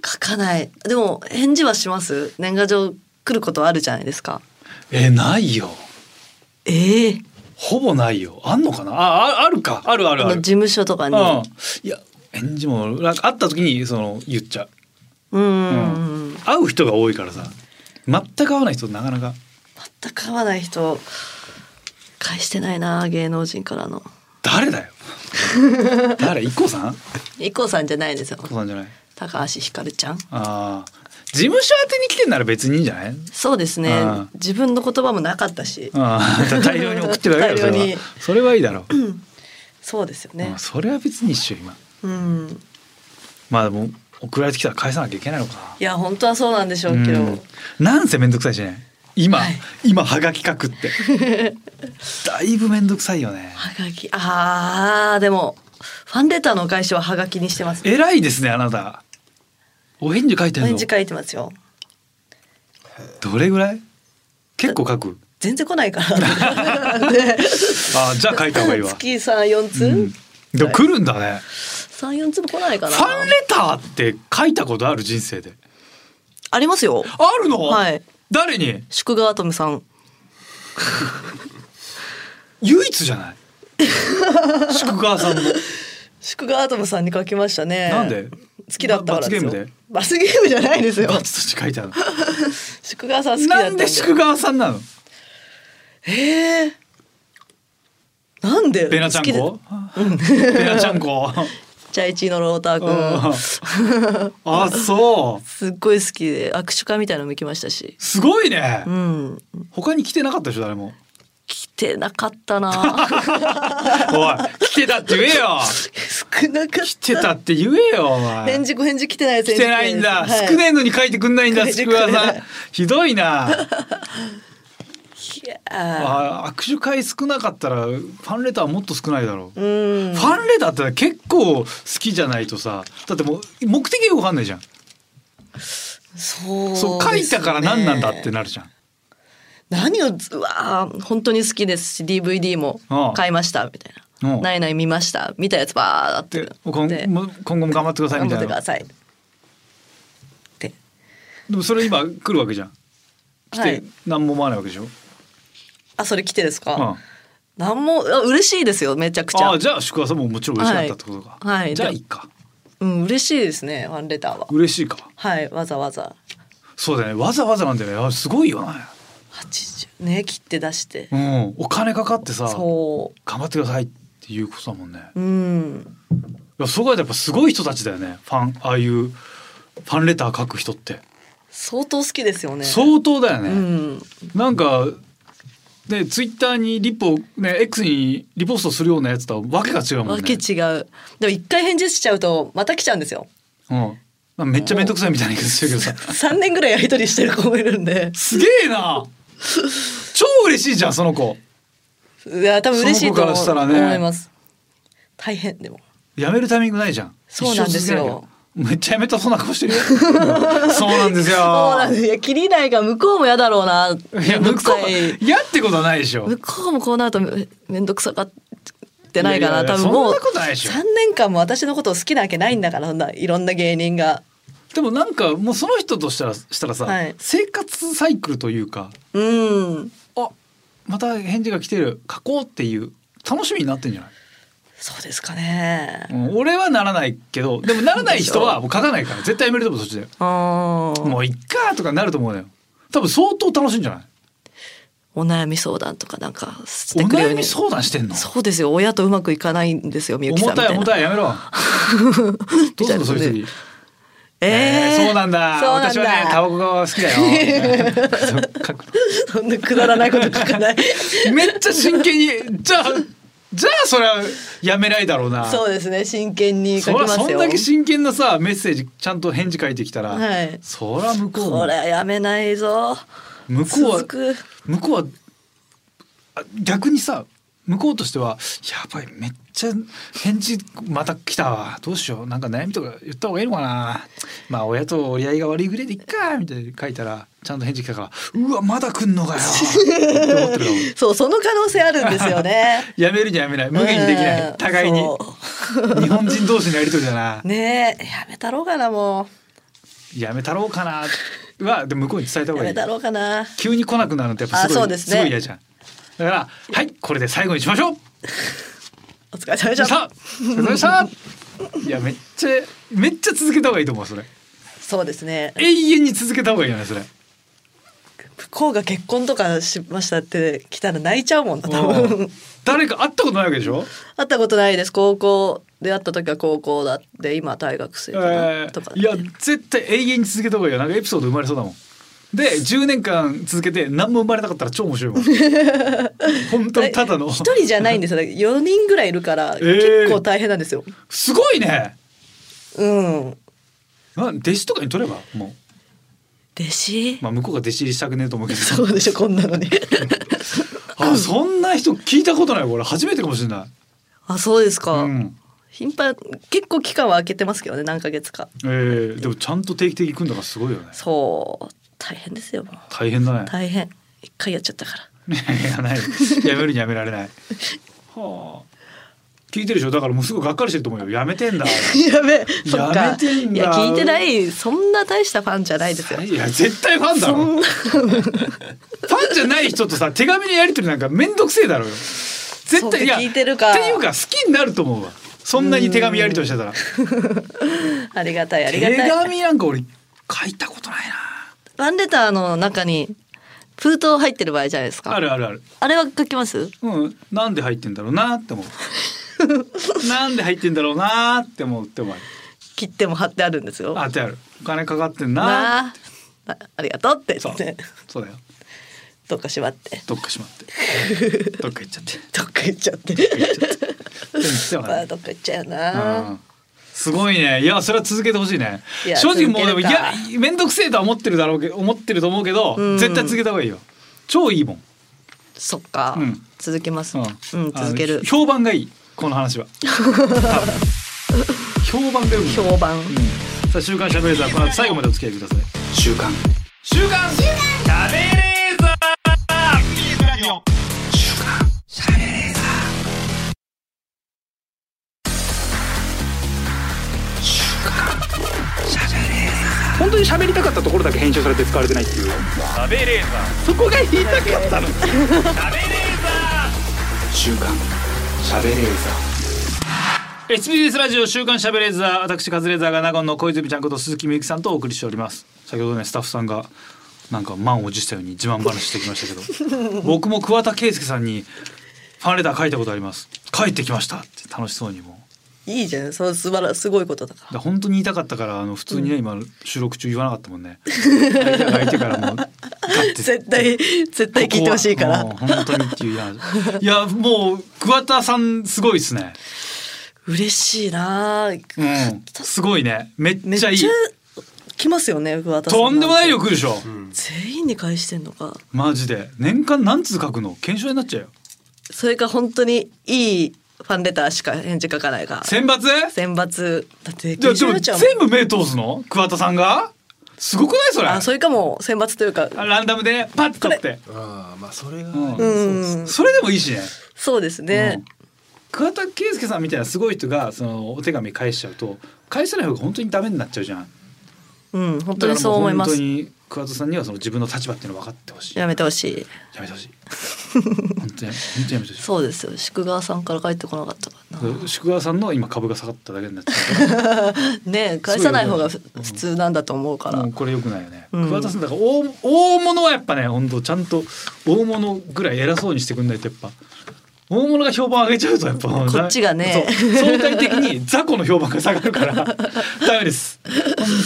Speaker 3: 書かないでも返事はします年賀状来ることはあるじゃないですか
Speaker 2: えないよ
Speaker 3: ええ
Speaker 2: ほぼないよあんのかなあああるかあるあ
Speaker 3: あ
Speaker 2: るあ
Speaker 3: の
Speaker 2: る
Speaker 3: 事務所とかに
Speaker 2: うんいや返事もなんか会った時にその言っちゃう
Speaker 3: うんうんうん
Speaker 2: 会う人が多いからさ全く会わない人なかなか
Speaker 3: 全く合わない人返してないな芸能人からの
Speaker 2: 誰だよ 誰 i k さん i
Speaker 3: i k さんじゃないですよ
Speaker 2: k さんじゃない
Speaker 3: 高橋ひかるちゃん
Speaker 2: ああ事務所宛てに来てんなら別にいいんじゃない
Speaker 3: そうですね
Speaker 2: うん
Speaker 3: 自分の言葉もなかったし
Speaker 2: あ あ大量に送ってるだけだよそ
Speaker 3: 大量
Speaker 2: れ
Speaker 3: に
Speaker 2: はそれはいいだろう、
Speaker 3: そうですよね
Speaker 2: うんそれは別に一緒今
Speaker 3: うん
Speaker 2: まあでも送られてきたら返さなきゃいけないのか
Speaker 3: いや本当はそうなんでし
Speaker 2: な
Speaker 3: ょうけど、
Speaker 2: うんなんせ面倒くさいしね今、
Speaker 3: はい
Speaker 2: 今はがき書くって だいぶ面倒くさいよね
Speaker 3: はがきああでもファンレターのお返しははがきにしてます
Speaker 2: 偉いですねあなたお返事書いてん
Speaker 3: 毎
Speaker 2: の
Speaker 3: 日書いてますよ
Speaker 2: どれぐらい結構書く
Speaker 3: 全然来ないから、ね、
Speaker 2: あじゃあ書いた方 がいいわ、
Speaker 3: 月三四
Speaker 2: う
Speaker 3: 通
Speaker 2: んでも来るんだね
Speaker 3: 三四通来ないか
Speaker 2: フ
Speaker 3: な
Speaker 2: ァンレターって書いたことある人生で
Speaker 3: ありますよ
Speaker 2: あるの、
Speaker 3: はい
Speaker 2: 誰に
Speaker 3: 祝賀アトムさん
Speaker 2: 唯一じゃない 宿川さんの
Speaker 3: 祝賀アトムさんに書きましたね
Speaker 2: なんで
Speaker 3: 好きだったからですよ
Speaker 2: 罰ゲームで
Speaker 3: 罰ゲームじゃないですよ
Speaker 2: バツとして書いてあるの
Speaker 3: 祝賀さん好きだった
Speaker 2: なんん
Speaker 3: で
Speaker 2: で宿川さんなの
Speaker 3: えーなんで
Speaker 2: ベナちゃん
Speaker 3: 好
Speaker 2: こベナちゃんこ
Speaker 3: きでチャイチーのローター
Speaker 2: あ
Speaker 3: 君
Speaker 2: ーあそう
Speaker 3: すっごい好きで握手会みたいなのも行きましたし
Speaker 2: すごいね
Speaker 3: うん
Speaker 2: 他に来てなかったでしょ誰も
Speaker 3: 来てなかっ たな
Speaker 2: おい来てたって言えよ
Speaker 3: 少なかっ
Speaker 2: 来てたって言えよお前
Speaker 3: 返事ご返事来てないです
Speaker 2: 来てないんだ、少ねえのに書いてくんないんだ
Speaker 3: 書いて
Speaker 2: 宿
Speaker 3: くれない
Speaker 2: 川さんひどいない
Speaker 3: や
Speaker 2: あ握手会少なかったらファンレターもっと少ないだろう、
Speaker 3: ーうん
Speaker 2: ファンレターって結構好きじゃないとさだってもう目的が分かんないじゃん
Speaker 3: そうですね
Speaker 2: そう書いたから何なんだってなるじゃん
Speaker 3: 何をうわー本当に好きですし DVD も
Speaker 2: ああ
Speaker 3: 買いましたみたい
Speaker 2: うん
Speaker 3: な「ないない見ました」見たやつばーって
Speaker 2: で今
Speaker 3: で
Speaker 2: も今後も頑張ってください
Speaker 3: 頑
Speaker 2: み
Speaker 3: 張
Speaker 2: た
Speaker 3: っ
Speaker 2: い
Speaker 3: て
Speaker 2: な
Speaker 3: くださいって
Speaker 2: でもそれ今来るわけじゃん来
Speaker 3: は
Speaker 2: て
Speaker 3: い
Speaker 2: 何も思わないわけでしょ、
Speaker 3: あそれ来てですか、
Speaker 2: うん、あ
Speaker 3: なんもあ嬉しいですよめちゃくちゃ
Speaker 2: あじゃあ宿川さんももちろん嬉しかったってことか、
Speaker 3: はいはい
Speaker 2: じゃあいいか
Speaker 3: うん嬉しいですねファンレターは
Speaker 2: 嬉しいか
Speaker 3: はいわざわざ
Speaker 2: そうだよねわざわざなんだよねあすごいよね
Speaker 3: 80ね切って出して
Speaker 2: うんお金かかってさ頑
Speaker 3: そ
Speaker 2: 張ってくださいっていうことだもんね
Speaker 3: ううん
Speaker 2: いやそこはやっぱすごい人たちだよねファンああいうファンレター書く人って
Speaker 3: 相当好きですよね。
Speaker 2: 相当だよね、
Speaker 3: うん。
Speaker 2: なんかねツイッターにリポね X にリポストするようなやつとはわけが違うもん
Speaker 3: わ
Speaker 2: ね
Speaker 3: け違う。でも一回返事しちゃうとまた来ちゃうんですよ。
Speaker 2: うん、なんかめっちゃ面倒くさいみたいな言い方してるけどさ
Speaker 3: 三年ぐらいやりとりしてる子もいるんで、
Speaker 2: すげえな超嬉しいじゃんその子
Speaker 3: いや多分嬉しいと思う
Speaker 2: その子からしたらね
Speaker 3: 思います。大変でも。
Speaker 2: やめるタイミングないじゃん
Speaker 3: そうなんです
Speaker 2: 一生
Speaker 3: よ
Speaker 2: 続けなきゃめっちゃやめたそうな顔 してるようんそうなんですよ
Speaker 3: そうなんです。いや切りないが向こうもやだろうな。
Speaker 2: いや向こ
Speaker 3: めんどくさいう
Speaker 2: 嫌ってことはないでしょ
Speaker 3: 向こうもこうなるとめめんどくさがってないか
Speaker 2: いや
Speaker 3: ない
Speaker 2: や
Speaker 3: 多分
Speaker 2: そん
Speaker 3: もう
Speaker 2: なことないでしょ
Speaker 3: 3年間も私のことを好きなわけないんだからそんないろんな芸人が
Speaker 2: でもなんかもうその人としたらしたらさ、
Speaker 3: はい
Speaker 2: 生活サイクルというか
Speaker 3: うん
Speaker 2: あまた返事が来てる書こうっていう楽しみになってんじゃない、
Speaker 3: そうですかね
Speaker 2: うん俺はならないけどでもならない人はもう書かないから絶対やめると思うそっちで
Speaker 3: あー
Speaker 2: もういっかとかなると思うのよ多分相当楽しいんじゃない
Speaker 3: お悩み相談とかなんかし
Speaker 2: お
Speaker 3: てくるよう
Speaker 2: 悩
Speaker 3: に
Speaker 2: み相談してんの
Speaker 3: そうですよ親とうまくいかないんですよみゆきさん
Speaker 2: 重
Speaker 3: みた
Speaker 2: たい
Speaker 3: いな
Speaker 2: 重たいや めろどうすんのそういう時
Speaker 3: え
Speaker 2: え
Speaker 3: ー
Speaker 2: ーそうなんだ
Speaker 3: そうなんだ
Speaker 2: 私はねタバコが好きだ よ書く
Speaker 3: そんなくだらないこと書かない
Speaker 2: めっちゃ真剣にじゃあじゃあそれはやめないだろうな
Speaker 3: そうですね真剣に書
Speaker 2: そ
Speaker 3: き
Speaker 2: りゃ
Speaker 3: ますよ
Speaker 2: そんだけ真剣なさメッセージちゃんと返事書いてきたら、
Speaker 3: はい
Speaker 2: そりゃ向こうも
Speaker 3: これはやめないぞ
Speaker 2: 向こうは
Speaker 3: 続く
Speaker 2: 向こうはあ逆にさ向こうとしてはやばいめっちゃ返事また来たわどうしようなんか悩みとか言った方がいいのかなまあ親と折り合いが悪いぐらいでいっかみたいに書いたらちゃんと返事来たからうわまだ来んのかよって思ってるかも
Speaker 3: そうその可能性あるんですよね
Speaker 2: やめるにはやめない 無限にできな
Speaker 3: う
Speaker 2: い
Speaker 3: ん
Speaker 2: 互いに
Speaker 3: そ
Speaker 2: 日本人同士のやりとりだな
Speaker 3: うねえやめたろうかなも
Speaker 2: やめたろうかなはでも向こうに伝えた
Speaker 3: う
Speaker 2: 方がい
Speaker 3: やめ
Speaker 2: い
Speaker 3: たろうかな
Speaker 2: 急に来なくなるのってやっぱす
Speaker 3: あそ
Speaker 2: ご
Speaker 3: う
Speaker 2: い,、
Speaker 3: ですすね
Speaker 2: ごい嫌じゃんだからはいこれで最後にしましょう
Speaker 3: お疲れ様で
Speaker 2: じゃ
Speaker 3: し
Speaker 2: あさ
Speaker 3: た
Speaker 2: あお疲れ様でしたいやめっちゃめっちゃ続けた方がいいと思うそれ
Speaker 3: そうですね
Speaker 2: 永遠に続けた方がいいよねそれ
Speaker 3: 不幸が結婚とかしましたって来たら泣いちゃうもんな多
Speaker 2: うん
Speaker 3: 分
Speaker 2: 誰か会ったことないわけでしょ
Speaker 3: 会ったことないです高校で会った時は高校だって今は大学生
Speaker 2: え
Speaker 3: かな、
Speaker 2: ー
Speaker 3: とか
Speaker 2: いや絶対永遠に続けた方がいいよなんかエピソード生まれそうだもんで10年間続けて何も生まれなかったら超面白い もん本当にただの
Speaker 3: 一人じゃないんですよ4人ぐらいいるから
Speaker 2: ー
Speaker 3: 結構大変なんですよ、
Speaker 2: すごいね
Speaker 3: うん弟
Speaker 2: な弟子とかに取ればも
Speaker 3: 子
Speaker 2: う、まあ、向こうが弟子入りしたくねえと思うけど
Speaker 3: そうでしょこんな のに
Speaker 2: あそんな人聞いたことないこれ初めてかもしれない。
Speaker 3: あそうですか、
Speaker 2: うん
Speaker 3: 頻繁結構期間は空けてますけどね何ヶ月か
Speaker 2: えーでもちゃんと定期的に行くんだからすごいよね。
Speaker 3: そう大変ですよもう
Speaker 2: 大変だね。
Speaker 3: 大変一回やっちゃったから
Speaker 2: いやないやめるにやめられ ない。はあ。聞いてるでしょだからもうすぐがっかりしてると思うよ。 やめてんだ。
Speaker 3: やべえ、そっ
Speaker 2: やめ
Speaker 3: か。
Speaker 2: てんだ
Speaker 3: いや、聞いてない、そんな大したファンじゃないですよ。
Speaker 2: いや絶対ファンだろ。ファンじゃない人とさ手紙のやり取りなんかめんどくせえだろうよ。絶
Speaker 3: そう
Speaker 2: 対いや
Speaker 3: 聞いてるか
Speaker 2: っていうか好きになると思うわ。そんなに手紙やり取りしてたら。
Speaker 3: ありがたい、ありが
Speaker 2: 手
Speaker 3: たい。
Speaker 2: 紙なんか俺書いたことないな。
Speaker 3: ファンレターの中に封筒入ってる場合じゃないですか。
Speaker 2: あるあるある。
Speaker 3: あれは書きます。
Speaker 2: うん、なんで入ってんだろうなって思う。 なんで入ってんだろうなって思うって思う。
Speaker 3: 切っても貼ってあるんですよ。
Speaker 2: あてある。お金かかってんな。
Speaker 3: なあ、あありがとうって
Speaker 2: そ
Speaker 3: 言
Speaker 2: う
Speaker 3: って、。
Speaker 2: そうだよ。
Speaker 3: どっか縛って、
Speaker 2: どっかしま って。どっか行っちゃって。
Speaker 3: どっか行っちゃって。
Speaker 2: でも実
Speaker 3: ま あ、
Speaker 2: は
Speaker 3: どっか行っちゃう
Speaker 2: う
Speaker 3: な。
Speaker 2: んすごいね。いや、それは続けてほしいね
Speaker 3: い。や
Speaker 2: 正直もうでも、い
Speaker 3: 続けるか
Speaker 2: や、めんどくせえとは思ってるだろうけど、思ってると思うけど、
Speaker 3: うん
Speaker 2: 絶対続けた方がいいよ。超いいもん。
Speaker 3: そっか
Speaker 2: うん、
Speaker 3: 続けます。
Speaker 2: う
Speaker 3: うんん、続け
Speaker 2: あの
Speaker 3: る。
Speaker 2: 評判がいい。この 話は。多分評判がよくない
Speaker 3: 評判。
Speaker 2: うんさあ週刊しゃべれーザーまあ最後までお付き合いください
Speaker 1: 週刊
Speaker 2: 週刊しゃべれーザー
Speaker 1: 本当に喋りたかったところだけ編集されて使われてないっていう喋れーザーそこが言いたかったの喋れーザー週刊喋れーザー
Speaker 2: SBS ラジオ週刊しゃべれーザー私カズレーザーが納言の小泉ちゃんこと鈴木みゆきさんとお送りしております先ほどねスタッフさんがなんか満を持したように自慢話してきましたけ ど僕も桑田佳祐さんにファンレター書いたことあります書いてきましたって楽しそうにもう
Speaker 3: いいじゃん。そう素晴らすごいことだから。
Speaker 2: だ本当に言いたかったからあの普通にね、今収録中言わなかったもん ね相手が相手からもうだって
Speaker 3: 絶対絶対聞いてほしいから
Speaker 2: ここはもう本当にっていうやいやもう桑田さんすごいですね
Speaker 3: 嬉しいなあ。
Speaker 2: うんすごいねめっ
Speaker 3: めっ
Speaker 2: ち
Speaker 3: ち
Speaker 2: ゃ
Speaker 3: ゃ
Speaker 2: いい
Speaker 3: 来ますよね、桑田さん。
Speaker 2: とんでもない量来るでしょ、
Speaker 6: うん
Speaker 3: 全員に返してんのか。
Speaker 2: マジで年間何通書くの検証になっちゃうよ
Speaker 3: それか本当にいいファンレターしか返事書かないから。
Speaker 2: 選抜
Speaker 3: 選抜だって
Speaker 2: じゃあ
Speaker 3: 研
Speaker 2: で
Speaker 3: 修
Speaker 2: も
Speaker 3: 部長も
Speaker 2: 全部目通すの桑田さんがすごくないそれ
Speaker 3: あそれかも選抜というか
Speaker 2: ランダムでねパッとって
Speaker 6: ああまあそれが、
Speaker 2: うん
Speaker 3: うん
Speaker 2: それでもいいしね
Speaker 3: そうですね、
Speaker 2: うん桑田佳祐さんみたいなすごい人がそのお手紙返しちゃうと返せない方が本当にダメになっちゃうじゃん
Speaker 3: うん、本当にそう思いま
Speaker 2: だ
Speaker 3: す
Speaker 2: からもう本当に桑田さんにはその自分の立場っていうの分かってほしいや
Speaker 3: やめてほしい
Speaker 2: めてほしい本当に本当にやめてほしい
Speaker 3: そうですよ宿川さんから帰ってこなかったからな
Speaker 2: 宿川さんの今株が下がっただけになっちゃうか
Speaker 3: ねえ返さない方がふ
Speaker 2: そういうこと
Speaker 3: 普通なんだと思うからら、
Speaker 2: もうこれ良くないよね、
Speaker 3: うん
Speaker 2: 桑田さんだから大大物はやっぱね本当ちゃんと大物ぐらい偉そうにしてくんないとやっぱ大物が評判上げちゃうとやっぱこ
Speaker 3: こっちがね
Speaker 2: 相対的に雑魚の評判が下がるから ダメです本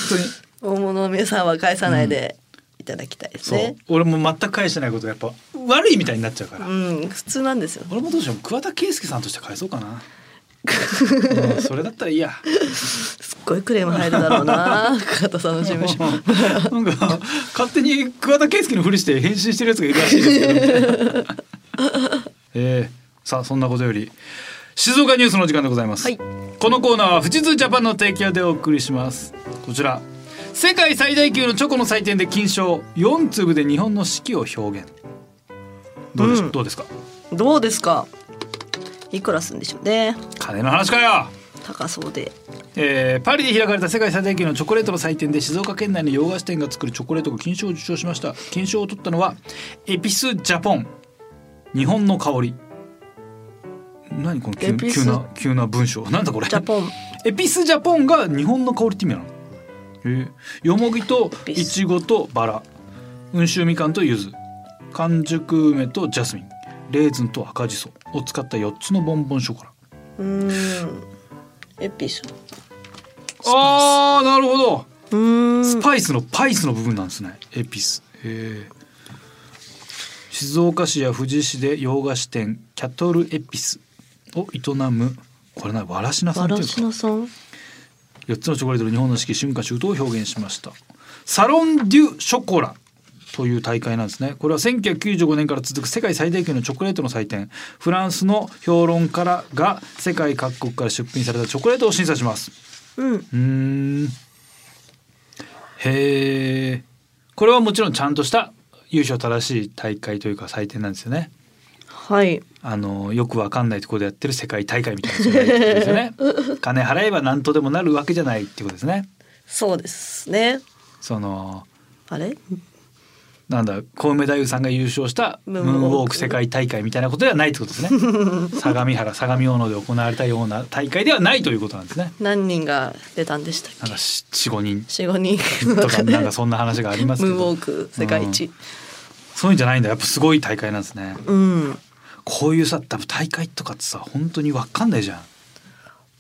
Speaker 2: 当に
Speaker 3: 大物の皆さんは返さないでいただきたいです
Speaker 2: そう、
Speaker 3: ね、
Speaker 2: 俺も全く返してないことがやっぱ悪いみたいになっちゃうから、
Speaker 3: うん、普通なんですよ
Speaker 2: 俺もどうしよう桑田佳祐さんとして返そうか な、うんそれだったらいいや
Speaker 3: すっごいクレーム入るだろ うな加藤さんの事務所
Speaker 2: なんか勝手に桑田佳祐のふりして返信してるやつがいるらしいですけどみたいな えーさあそんなことより静岡ニュースの時間でございます、
Speaker 3: はい
Speaker 2: このコーナーは富士通ジャパンの提供でお送りしますこちら世界最大級のチョコの祭典で金賞4粒で日本の四季を表現どうでし、
Speaker 3: うん
Speaker 2: どうですか
Speaker 3: どうですかいくらするんでしょうね
Speaker 2: 金の話かよ
Speaker 3: 高そうで
Speaker 2: えーパリで開かれた世界最大級のチョコレートの祭典で静岡県内の洋菓子店が作るチョコレートが金賞を受賞しました金賞を取ったのはエピスジャポン日本の香り何この急
Speaker 3: エピス
Speaker 2: 急な急な文章なんだこれ
Speaker 3: ジャポン
Speaker 2: エピスジャポンが日本の香りって意味なのえーよもぎと
Speaker 3: エピ
Speaker 2: い
Speaker 3: ス
Speaker 2: ちごとバラ温州みかんと柚子完熟梅とジャスミンレーズンと赤じそを使った4つのボンボンショコラ
Speaker 3: うーんエピソー
Speaker 2: あーなるほど
Speaker 3: ドうーん
Speaker 2: スパイスのパイスの部分なんですね。エピス。へー静岡市や富士市で洋菓子店キャトルエピスを営むこれなわらしなさん
Speaker 3: わ
Speaker 2: っていうん
Speaker 3: ら
Speaker 2: です
Speaker 3: し
Speaker 2: か
Speaker 3: なさん
Speaker 2: 4つのチョコレートで日本の四季春夏秋冬を表現しましたサロン・デュ・ショコラという大会なんですねこれは1995年から続く世界最大級のチョコレートの祭典フランスの評論家らが世界各国から出品されたチョコレートを審査します
Speaker 3: うん
Speaker 2: うーんへえこれはもちろんちゃんとした優勝正しい大会というか祭典なんですよね
Speaker 3: はい
Speaker 2: あのよくわかんないところでやってる世界大会みたいなそういうやつですよ ね金払えば何とでもなるわけじゃないってことですね
Speaker 3: そうですね
Speaker 2: その
Speaker 3: あれ
Speaker 2: なんだ小梅太夫さんが優勝したム
Speaker 3: ム
Speaker 2: ー
Speaker 3: ー
Speaker 2: ンウ
Speaker 3: ンウォーク
Speaker 2: ォーク世界大会みたいなことではないってことですね 相模原相模大野で行われたような大会ではないということなんですね
Speaker 3: 何人が出たんでした
Speaker 2: な
Speaker 3: っ
Speaker 2: んか
Speaker 3: け
Speaker 2: 45人
Speaker 3: 四五人
Speaker 2: とかなんかそんな話があります
Speaker 3: ム
Speaker 2: け
Speaker 3: ーン
Speaker 2: ど
Speaker 3: ウォーク世界一
Speaker 2: そういうんじゃないんだやっぱすごい大会なんですね
Speaker 3: うん
Speaker 2: こういうさ多分大会とかってさ本当に分かんないじゃん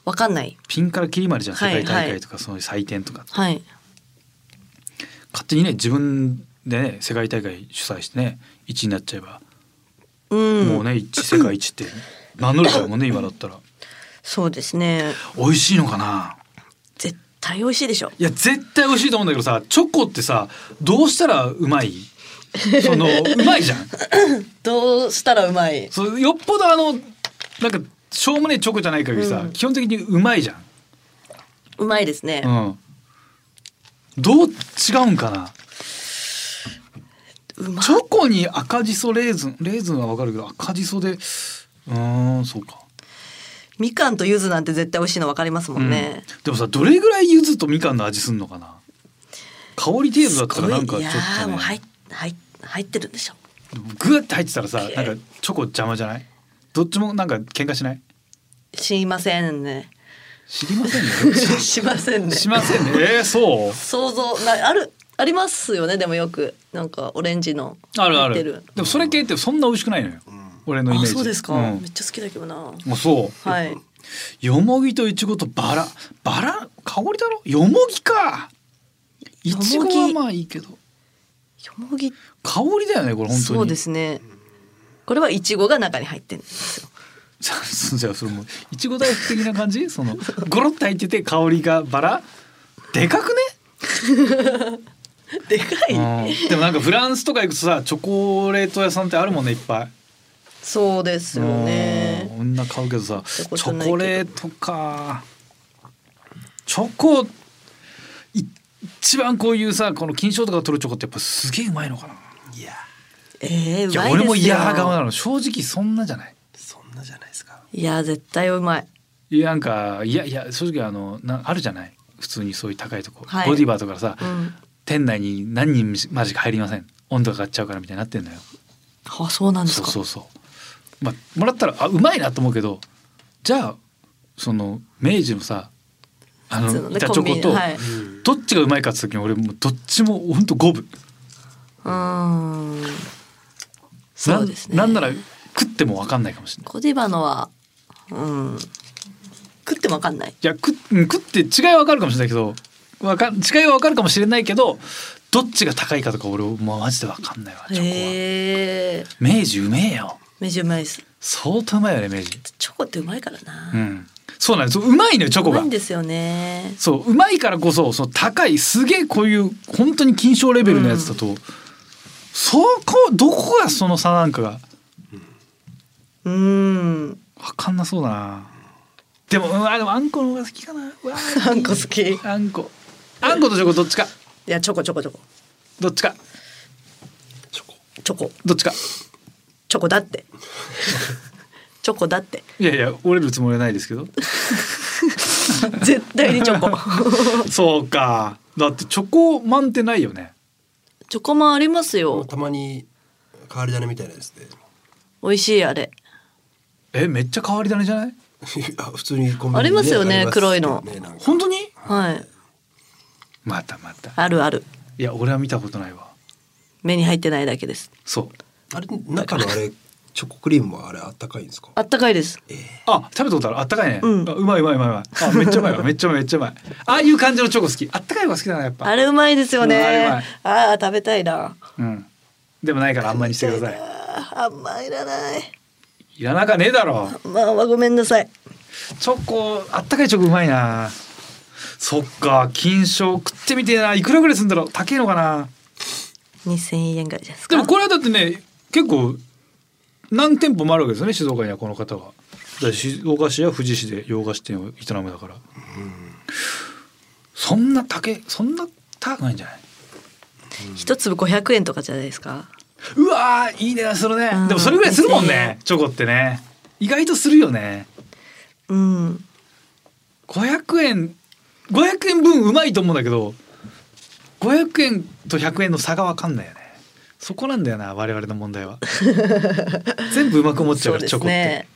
Speaker 3: わかんない
Speaker 2: ピンからキリまでじゃん世
Speaker 3: はい
Speaker 2: 界大会とかその祭典とか、
Speaker 3: はい
Speaker 2: 勝手にね自分でね世界大会主催してね1位になっちゃえば、
Speaker 3: うん
Speaker 2: もうね一世界一って名乗れちゃうも んね今だったら
Speaker 3: そうですね
Speaker 2: 美味しいのかな
Speaker 3: 絶対美味しいでしょ
Speaker 2: いや絶対美味しいと思うんだけどさチョコってさどうしたらうまいそ のうまいじゃん
Speaker 3: どうしたらうまい
Speaker 2: そうよっぽどあのなんかしょうもねえチョコじゃない限りさ、
Speaker 3: うん
Speaker 2: 基本的にうまいじゃん
Speaker 3: うまいですね
Speaker 2: うん、どう違うんかな
Speaker 3: うまい
Speaker 2: チョコに赤じそレーズンレーズンはわかるけど赤じそでうーんそうか、
Speaker 3: みかんと柚子なんて絶対美味しいのわかりますもんね
Speaker 2: うんでもさどれぐらい柚子とみかんの味すんのかな香り程度だったらなんか
Speaker 3: すご
Speaker 2: ちょっ
Speaker 3: いいや
Speaker 2: と
Speaker 3: ー
Speaker 2: ね
Speaker 3: もう入っ入っ入ってるんでしょ
Speaker 2: グーって入ってたらさなんかチョコ邪魔じゃないどっちもなんか喧嘩しない
Speaker 3: 知りませ んね
Speaker 2: 知りませんね
Speaker 3: しませんね
Speaker 2: しませんねえー、そう
Speaker 3: 想像なあるありますよねでもよくなんかオレンジの
Speaker 2: あるある
Speaker 3: 入ってる
Speaker 2: でもそれ系ってそんな美味しくないのよ、俺のイメー
Speaker 3: あ
Speaker 2: ジ
Speaker 3: そうですか、
Speaker 2: ん
Speaker 3: めっちゃ好きだけどな
Speaker 2: あそう
Speaker 3: はい
Speaker 2: よもぎといちごとバラバラ香りだろよもぎかいちごはまあいいけど
Speaker 3: よもぎ
Speaker 2: 香りだよねこれ本当に
Speaker 3: そうですねこれはいちごが中に入ってるんですよ
Speaker 2: そうじゃあそれもういちご大福的な感じそのゴロッと入ってて香りがバラでかくね
Speaker 3: でかい、
Speaker 2: うんでもなんかフランスとか行くとさチョコレート屋さんってあるもんねいっぱい。
Speaker 3: そうですよね
Speaker 2: うん女買うけどさチ
Speaker 3: たこと
Speaker 2: ョ
Speaker 3: ないけど
Speaker 2: コレートかチョコい一番こういうさこの金賞とか取るチョコってやっぱすげえうまいのかな。
Speaker 6: いや
Speaker 3: え
Speaker 2: いうや
Speaker 3: ー、まいですよ
Speaker 2: 俺も嫌顔なの正直そんなじゃない。
Speaker 6: そんなじゃないですか
Speaker 3: いや絶対うまい
Speaker 2: いやなんかいやいや正直あのなあるじゃない普通にそういう高いとこ、
Speaker 3: はい
Speaker 2: ボディバーとかさ、
Speaker 3: うん
Speaker 2: 店内に何人まじか入りません温度が上がっちゃうからみたいになってんだよ。
Speaker 3: あそうなんです
Speaker 2: そう
Speaker 3: か
Speaker 2: そうそう。まあもらったらあうまいなと思うけどじゃあその明治のさあ
Speaker 3: 普通の
Speaker 2: の
Speaker 3: ね
Speaker 2: 板チョ
Speaker 3: コンビ
Speaker 2: コ
Speaker 3: ニ
Speaker 2: と、
Speaker 3: はい
Speaker 2: どっちがうまいかって時に俺もうどっちもほんと五分
Speaker 3: うーんそうですね
Speaker 2: なんなんなら食っても分かんないかもしれない
Speaker 3: コディバのはうん食ってもわかんない
Speaker 2: いや食っうん食って違いは分かるかもしれないけどわかん違いは分かるかもしれないけどどっちが高いかとか俺もうマジで分かんないわチョコは
Speaker 3: へえ
Speaker 2: 明治うめえよ
Speaker 3: めちゃうまいです
Speaker 2: 相当うまいよね明治
Speaker 3: チョコってうまいからな、
Speaker 2: うんそうなんですようまいのよチョ
Speaker 3: う
Speaker 2: コ
Speaker 3: ま
Speaker 2: が
Speaker 3: いんですよね
Speaker 2: そううまいからこそその高いすげえこういう本当に金賞レベルのやつだと、そこどこがその差なんかが
Speaker 3: うーん
Speaker 2: 分かんなそうだなでもうんあでもあんこの方が好きかなうわ
Speaker 3: あんこ好きい
Speaker 2: あんこあんことチョコどっちか
Speaker 3: やチョコチョコチョコ
Speaker 2: どっちか
Speaker 3: チョコ
Speaker 2: どっちか
Speaker 3: チョコだって チョコだって
Speaker 2: いやいや折れるつもりはないですけど
Speaker 3: 絶対にチョコ
Speaker 2: そうかだってチョコマンってないよね
Speaker 3: チョコもありますよ
Speaker 6: たまに変わり種みたいなやつで
Speaker 3: 美味しいあれ
Speaker 2: えめっちゃ変わり種じゃない
Speaker 6: あ普通にコンビニにね
Speaker 3: ありますよね
Speaker 6: ありま
Speaker 3: 黒いの
Speaker 6: ねなんか
Speaker 2: 本当に
Speaker 3: はい
Speaker 2: またまた
Speaker 3: あるある
Speaker 2: いや俺は見たことないわ
Speaker 3: 目に入ってないだけです
Speaker 2: そう
Speaker 6: あれ中のあれチョコクリームはあれあったかいんですか
Speaker 3: あったかいです
Speaker 2: あ食べたことあるあったかいね、
Speaker 3: うん
Speaker 2: あうまいうまいうまいうまいあめっちゃうまい わめっちゃうまいめっちゃうまいああいう感じのチョコ好きあったかい方が好きだなやっぱ
Speaker 3: あれうまいですよ
Speaker 2: うんあれう
Speaker 3: ね
Speaker 2: まい
Speaker 3: ああー食べたいな
Speaker 2: うんでもないからあんまりにしてください
Speaker 3: あーあんまいらない
Speaker 2: いらなかねえだろ
Speaker 3: まあごめんなさい
Speaker 2: チョコあったかいチョコうまいなそっか金賞食ってみてえないくらぐらいするんだろう高いのかな
Speaker 3: 2000円ぐらいですか
Speaker 2: でもこれはだってね結構何店舗もあるわけですよね静岡にはこの方が。だから静岡市や富士市で洋菓子店を営むだから、そんな高いそんな高くないんじゃない
Speaker 3: 一粒500円とかじゃないですか
Speaker 2: うわーいい値段するね、
Speaker 3: うん
Speaker 2: でもそれぐらいするもん
Speaker 3: 2000
Speaker 2: ね
Speaker 3: 円
Speaker 2: チョコってね意外とするよね
Speaker 3: うん
Speaker 2: 500円500円分うまいと思うんだけど500円と100円の差が分かんないよねそこなんだよな我々の問 題は全部うまく思っちゃう
Speaker 3: そ
Speaker 2: から
Speaker 3: うで
Speaker 2: チョコ
Speaker 3: す
Speaker 2: って
Speaker 3: ね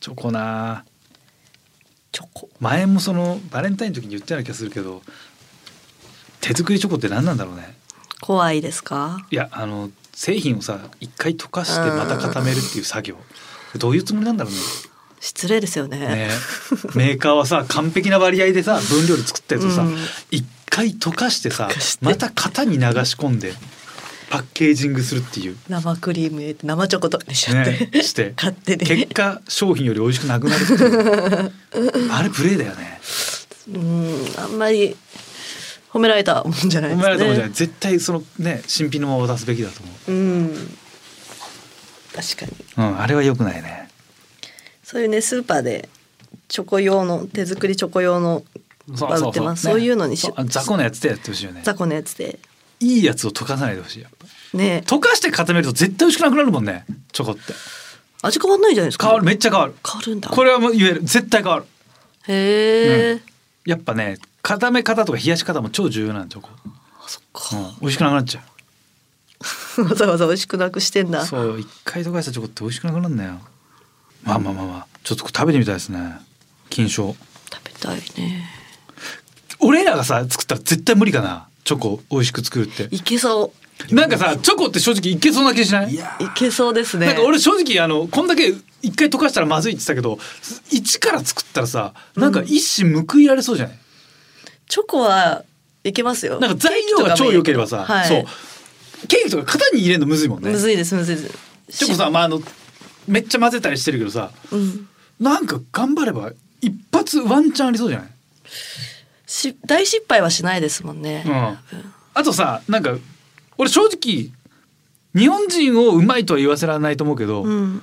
Speaker 2: チョコな
Speaker 3: チョコ
Speaker 2: 前もそのバレンタインの時に言ったような気がするけど手作りチョコって何なんだろうね
Speaker 3: 怖いですか
Speaker 2: いやあの製品をさ一回溶かしてまた固めるっていう作業どういうつもりなんだろうね
Speaker 3: 失礼ですよね
Speaker 2: ね、メーカーはさ完璧な割合でさ分量で作ったやつをさ
Speaker 3: うん
Speaker 2: 一、回溶かしてさ
Speaker 3: 溶かして
Speaker 2: また型に流し込んでパッケージングするっていう、
Speaker 3: 生クリーム入れて生チョコとかにしちゃって、
Speaker 2: ね、して
Speaker 3: 勝手に
Speaker 2: 結果商品より美味しくなくなるっていう あれプレイだよね。
Speaker 3: うんあんまり褒められたもんじゃない
Speaker 2: お
Speaker 3: ですね
Speaker 2: 前らともじゃない絶対そのね新品のまま渡すべきだと思
Speaker 3: うん確かに
Speaker 2: う、うん、あれは良くないね
Speaker 3: そういうねスーパーでチョコ用の手作りチョコ用の
Speaker 2: そう
Speaker 3: まあ
Speaker 2: そ
Speaker 3: 売
Speaker 2: う
Speaker 3: って
Speaker 2: そう,、
Speaker 3: ますそういうのにし
Speaker 2: そうあ雑魚なやつでやってほしいよね
Speaker 3: 雑魚のやつで
Speaker 2: いいやつを溶かさないでほしいやっぱ
Speaker 3: ね
Speaker 2: 溶かして固めると絶対美味しくなくなるもんねチョコって
Speaker 3: 味変わんないじゃないですか
Speaker 2: 変わるめっちゃ変わる
Speaker 3: 変わるんだ
Speaker 2: これはもう言える絶対変わる
Speaker 3: へえ、
Speaker 2: やっぱね固め方とか冷やし方も超重要なんでチョコ、
Speaker 3: あそっ
Speaker 2: う
Speaker 3: か、
Speaker 2: ん、美味しくなくなっちゃ
Speaker 3: わざわざ美味しくなくしてん
Speaker 2: う
Speaker 3: だ
Speaker 2: そう一回溶かしたチョコって美味しくなくなるんだよまあまあまあまあちょっと食べてみたいですね金賞
Speaker 3: 食べたいね
Speaker 2: 俺らがさ作ったら絶対無理かなチョコ美味しく作るって
Speaker 3: いけそう
Speaker 2: なんかさチョコって正直いけそうな気しない
Speaker 6: いや
Speaker 3: いけそうですね。
Speaker 2: なんか俺正直あのこんだけ一回溶かしたらまずいって言ってたけど一から作ったらさなんか一矢報いられそうじゃない、
Speaker 3: チョコはいけますよ。
Speaker 2: なんか材料が超良ければさ、
Speaker 3: はい、
Speaker 2: そうケーキとか型に入れるのむずいもんね
Speaker 3: むずいですむずいです。
Speaker 2: チョコさまああのめっちゃ混ぜたりしてるけどさ
Speaker 3: うん、
Speaker 2: なんか頑張れば一発ワンチャンありそうじゃない
Speaker 3: し大失敗はしないですもんね。
Speaker 2: うん、あとさなんか俺正直日本人をうまいとは言わせられないと思うけど、
Speaker 3: うん、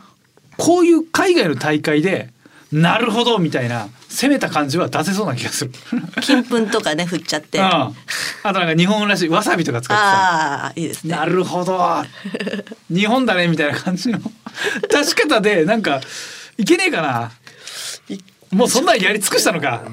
Speaker 2: こういう海外の大会でなるほどみたいな攻めた感じは出せそうな気がする。
Speaker 3: 金粉とかね振っちゃっ
Speaker 2: う
Speaker 3: て。
Speaker 2: ん、
Speaker 3: あ
Speaker 2: あとなんか日本らしいわさびとか使ってさ
Speaker 3: あーいいですね
Speaker 2: な。るほど日本だねみたいな感じの出し方でなんかいけねえかなもうそんなんやり尽くしたのか、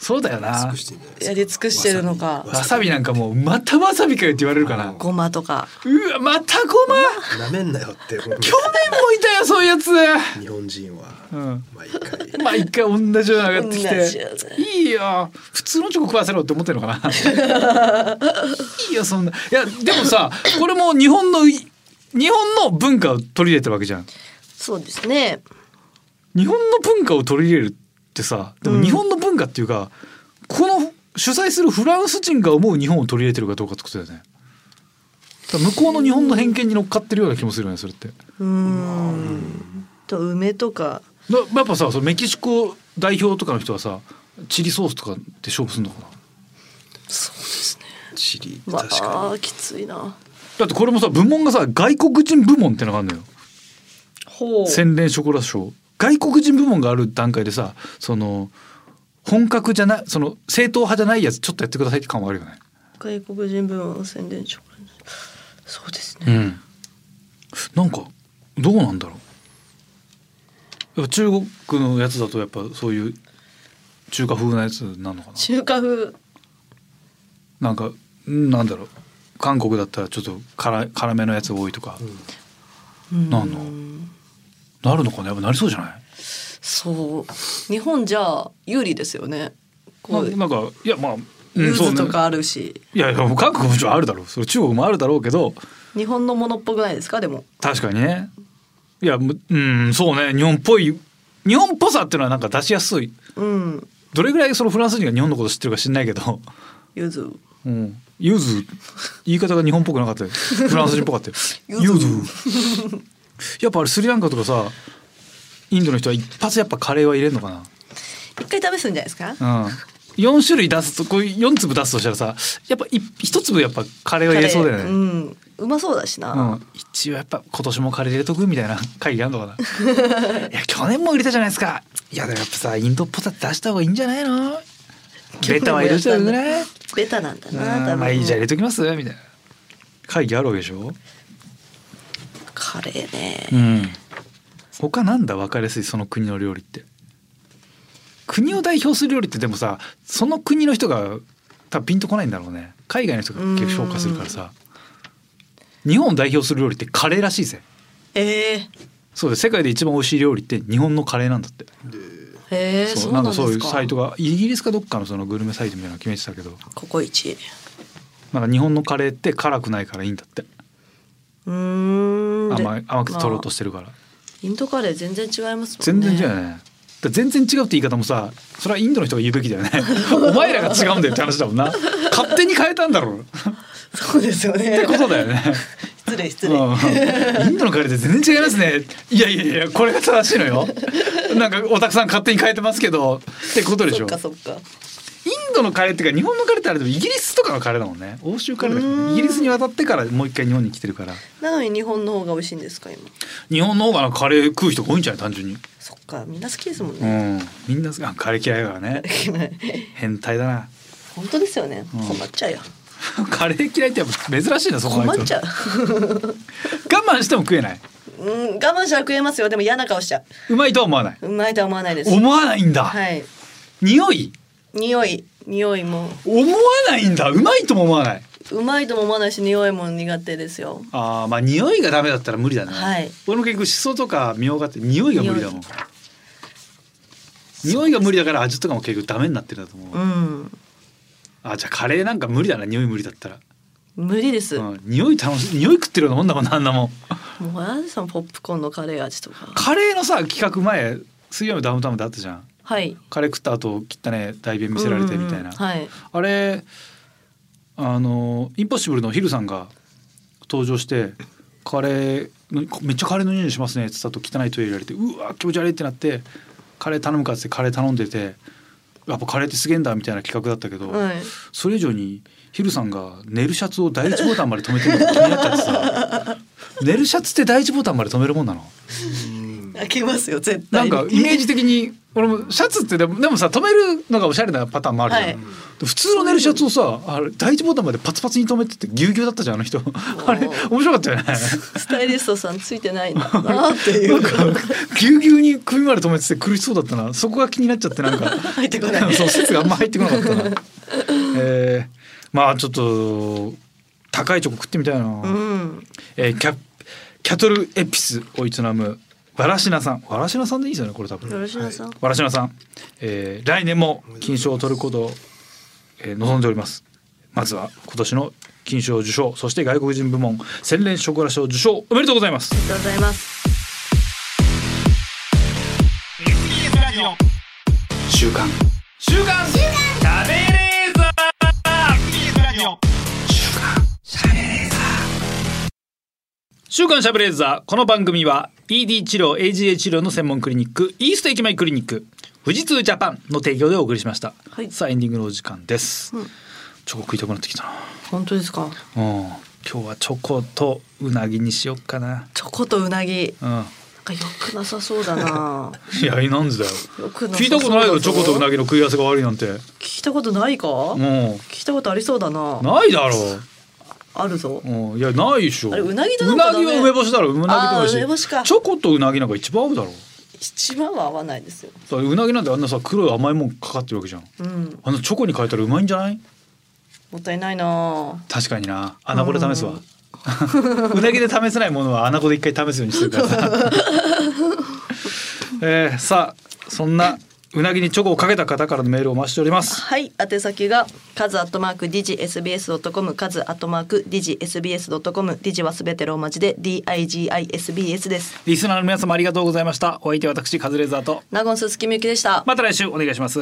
Speaker 2: そうだよな
Speaker 6: 尽くしてんじゃないです
Speaker 3: や
Speaker 6: か
Speaker 3: り尽くしてるのか。
Speaker 2: わさびなんかもうまたわさびかよって言われるかな
Speaker 3: ごまとか。
Speaker 2: うわまたごま
Speaker 6: なめんなよって
Speaker 2: 去年
Speaker 6: 本
Speaker 2: もいたよそういうやつ、
Speaker 6: 当に日本人は
Speaker 2: うん、
Speaker 6: 毎回
Speaker 2: まあ一回同じようなの上がってき
Speaker 3: 同じよ
Speaker 2: ていいよ普通のチョコ食わせろって思ってるのかないいよそんないやでもさこれも日本の日本の文化を取り入れてるわけじゃん
Speaker 3: そうですね。
Speaker 2: 日本の文化を取り入れるってさでも日本の文化っていうか、この主催するフランス人が思う日本を取り入れてるかどうかってことだよねだから向こうの日本の偏見に乗っかってるような気もするよねそれって
Speaker 3: うーん。と梅とか。
Speaker 2: なやっぱさそのメキシコ代表とかの人はさチリソースとかで勝負するのかな
Speaker 6: チリ
Speaker 3: わ
Speaker 6: 確か
Speaker 3: あきついな。
Speaker 2: だってこれもさ部門がさ外国人部門ってのがあるのよ
Speaker 3: ほ
Speaker 2: 洗練ショコラ賞外国人部門がある段階でさその本格じゃないその正統派じゃないやつちょっとやってくださいって感はあるよね
Speaker 3: 外国人部門の宣伝チョコレートそうですね。
Speaker 2: うんなんかどうなんだろうやっぱ中国のやつだとやっぱそういう中華風なやつなのかな
Speaker 3: 中華風。
Speaker 2: なんかうんなんだろう韓国だったらちょっと辛い辛めのやつ多いとか、
Speaker 3: うん
Speaker 2: なんのなるのかなやっぱなりそうじゃない
Speaker 3: そう。日本じゃ有利ですよね。こう
Speaker 2: ななんかいやまあ、う
Speaker 3: ユ
Speaker 2: ん、
Speaker 3: ー
Speaker 2: そう
Speaker 3: ズ
Speaker 2: ね
Speaker 3: とかあるし、
Speaker 2: いやいやもう韓国もちろんあるだろうそれ中国もあるだろうけど
Speaker 3: 日本のものっぽくないですかでも。
Speaker 2: 確かにねいやむうんそうね日本っぽい日本っぽさっていうのはなんか出しやすい
Speaker 3: うん。
Speaker 2: どれぐらいそのフランス人が日本のこと知ってるか知んないけど、
Speaker 3: ユーズ。
Speaker 2: うん、ユーズ言い方が日本っぽくなかったよフランス人っぽかったよユ
Speaker 3: ユ
Speaker 2: ー
Speaker 3: ー
Speaker 2: ズ
Speaker 3: ズ
Speaker 2: やっぱあれスリランカとかさインドの人は一発やっぱカレーは入れるのかな
Speaker 3: 一回試すんじゃないですか。
Speaker 2: うん、4種類出すとこういう4粒出すとしたらさやっぱい一粒やっぱカレーは入れそうだよ
Speaker 3: カレー
Speaker 2: ね。
Speaker 3: ん。うまそうだしな。
Speaker 2: うん、一応やっぱ今年もカレー入れとくみたいな 会議あんのかないや去年も入れたじゃないですかいやでもやっぱさインドっぽさって出した方がいいんじゃないのベタは入れちゃうぐらい
Speaker 3: ベタなんだな。多分
Speaker 2: まあいいじゃん入れときますみたいな会議あるわけでしょ、
Speaker 3: カレーね。
Speaker 2: うん、他なんだ分かりやすいその国の料理って国を代表する料理ってでもさその国の人が多分ピンとこないんだろうね海外の人が結構評価するからさ日本を代表する料理ってカレーらしいぜ
Speaker 3: ええ
Speaker 2: そうで世界で一番美味しい料理って日本のカレーなんだって、
Speaker 3: へえ
Speaker 2: そ
Speaker 3: そううな
Speaker 2: なん
Speaker 3: んで
Speaker 2: か
Speaker 3: すか。
Speaker 2: そういうサイトがイギリスかどっかのそのグルメサイトみたいなの決めてたけど
Speaker 3: ココイチ。
Speaker 2: なんか日本のカレーって辛くないからいいんだって
Speaker 3: うーん。で
Speaker 2: 甘い甘くてとろうとしてるから、
Speaker 3: インドカレー全然違いますも
Speaker 2: 全
Speaker 3: んね。
Speaker 2: 然違うよね。だから全然違うって言い方もさそれはインドの人が言うべきだよ ねお前らが違うんだよって話だもんな勝手に変えたんだろうっ
Speaker 3: そうですよ
Speaker 2: て
Speaker 3: ね
Speaker 2: こ。とだよね、
Speaker 3: 失礼失礼。
Speaker 2: うん、インドのカレーって全然違いますねいやいやいやこれが正しいのよなんかおたくさん勝手に変えてますけどってことでし
Speaker 3: そ
Speaker 2: ょ
Speaker 3: っ
Speaker 2: イ
Speaker 3: か
Speaker 2: ン
Speaker 3: そっか。
Speaker 2: ドのカレーっていうか日本のカレーってあれでもイギリスとかのカレーだもんね欧州カレーだからねイギリスに渡ってからもう一回日本に来てるから
Speaker 3: なのに日本の方が美味しいんですか今。
Speaker 2: 日本の方がカレー食う人が多いんじゃない単純に
Speaker 3: そっかみんな好きですもん
Speaker 2: う
Speaker 3: ね。
Speaker 2: んみんなあカレー嫌いだからね変態だな
Speaker 3: 本当ですよね。困っちゃうよ。
Speaker 2: カレー嫌いってやっぱ珍しいなそこ
Speaker 3: 困っちゃう。
Speaker 2: 我慢しても食えない
Speaker 3: うん我慢したら食えますよ。でも嫌な顔しちゃ。
Speaker 2: うまいとは思わないう
Speaker 3: うまいとは思わないです。
Speaker 2: 思わないんだ、
Speaker 3: はい。
Speaker 2: 匂い
Speaker 3: 匂い匂いも
Speaker 2: 思わないんだうまいとも思わないう
Speaker 3: まいとも思わないし匂いも苦手ですよ。
Speaker 2: あーまあ匂いがダメだったら無理だね、
Speaker 3: はい
Speaker 2: 俺も結局しそとかみょうがって匂いが無理だもん匂いが無理だから味とかも結局ダメになってるんだと思う、
Speaker 3: うん。
Speaker 2: あじゃあカレーなんか無理だな匂い無理だったら
Speaker 3: 無理です、
Speaker 2: う
Speaker 3: も
Speaker 2: ん、匂い楽しい匂い食ってるようなもんだもんなあんなもん
Speaker 3: う和田さんポップコーンのカレー味とか
Speaker 2: カレーのさ企画前水曜日のダウンタウンであったじゃん
Speaker 3: はい
Speaker 2: カレー食った後汚ね大便見せられてみたいな、
Speaker 3: うんうんうんはい
Speaker 2: あれあのインポッシブルのヒルさんが登場してカレーのめっちゃカレーの匂いしますねって言ったと汚いトイレ入れられてうわ気持ち悪いってなってカレー頼むかっつってカレー頼んでてやっぱカレーってすげえんだみたいな企画だったけど、
Speaker 3: はい
Speaker 2: それ以上にヒルさんが寝るシャツを第一ボタンまで止めてるのが気になっちゃってさ寝るシャツって第一ボタンまで止めるもんなの
Speaker 3: 開けますよ絶
Speaker 2: な
Speaker 3: 対
Speaker 2: ん
Speaker 3: に
Speaker 2: かイメージ的に俺もシャツってでもでもさ止めるのがおしゃれなパターンもあるじゃん、
Speaker 3: はい
Speaker 2: 普通の寝るシャツをさあれ第一ボタンまでパツパツに止めててぎゅうぎゅうだったじゃんあの人あれ面白かったよね
Speaker 3: スタイリストさんついてないんだなっていうか
Speaker 2: ぎゅうぎゅうに首まで止めてて苦しそうだったなそこが気になっちゃってなんか入
Speaker 3: ってこない
Speaker 2: そう説があんま入ってこなかったなえー、まあちょっと高いチョコ食ってみたいな、
Speaker 3: うん
Speaker 2: えーキャキャトルエピスを営むわらしなさんわらしなさんでいいですよねこれ多分
Speaker 3: よろしなさん、
Speaker 2: わらしなさん、えー来年も金賞を取ることを、えー望んでおりますまずは今年の金賞受賞そして外国人部門洗練ショコラ賞受賞おめでとうございます
Speaker 3: ありがとうございます
Speaker 1: 週刊週刊週刊しゃべれーザ
Speaker 2: 週刊シャブレーザーこの番組は ED 治療 AGA 治療の専門クリニックイースト駅前クリニック富士通ジャパンの提供でお送りしました、
Speaker 3: はい
Speaker 2: さあエンディングのお時間です、チョコ食いたくなってきたな
Speaker 3: 本当ですか
Speaker 2: うん今日はチョコとうなぎにしよっかな
Speaker 3: チョコとうなぎ
Speaker 2: うん
Speaker 3: なんかよくなさそうだな
Speaker 2: いやなんでだよ
Speaker 3: よくなさそうだぞ
Speaker 2: 聞いたことないよチョコとうなぎの食い合わせが悪いなんて
Speaker 3: 聞いたことないか
Speaker 2: も
Speaker 3: 聞いたことありそうだな
Speaker 2: うないだろ
Speaker 3: あるぞ
Speaker 2: う、うん、いやないでしょ
Speaker 3: あれうなぎとな
Speaker 2: うん
Speaker 3: か
Speaker 2: な
Speaker 3: ダ
Speaker 2: ぎ
Speaker 3: メ
Speaker 2: は梅干しだろうなぎと
Speaker 3: あー梅干しか
Speaker 2: チョコとうなぎなんか一番合うだろう
Speaker 3: 一番は合わないですよ
Speaker 2: だからうなぎなんてあんなさ黒い甘いもんかかってるわけじゃん
Speaker 3: うん
Speaker 2: あのチョコに変えたらうまいんじゃない
Speaker 3: もったいないな
Speaker 2: 確かにな穴子で試すわ うなぎで試せないものは穴子で一回試すようにするからさ、えーさあそんなうなぎにチョコをかけた方からのメールをお待ちしております
Speaker 3: はい宛先がカズアットマーク digsbs.com カズアットマーク digsbs.com ディジはすべてローマ字で digisbs です
Speaker 2: リスナーの皆様ありがとうございましたお相手は私カズレーザーと
Speaker 3: ナゴンススキミユキでした
Speaker 2: また来週お願いします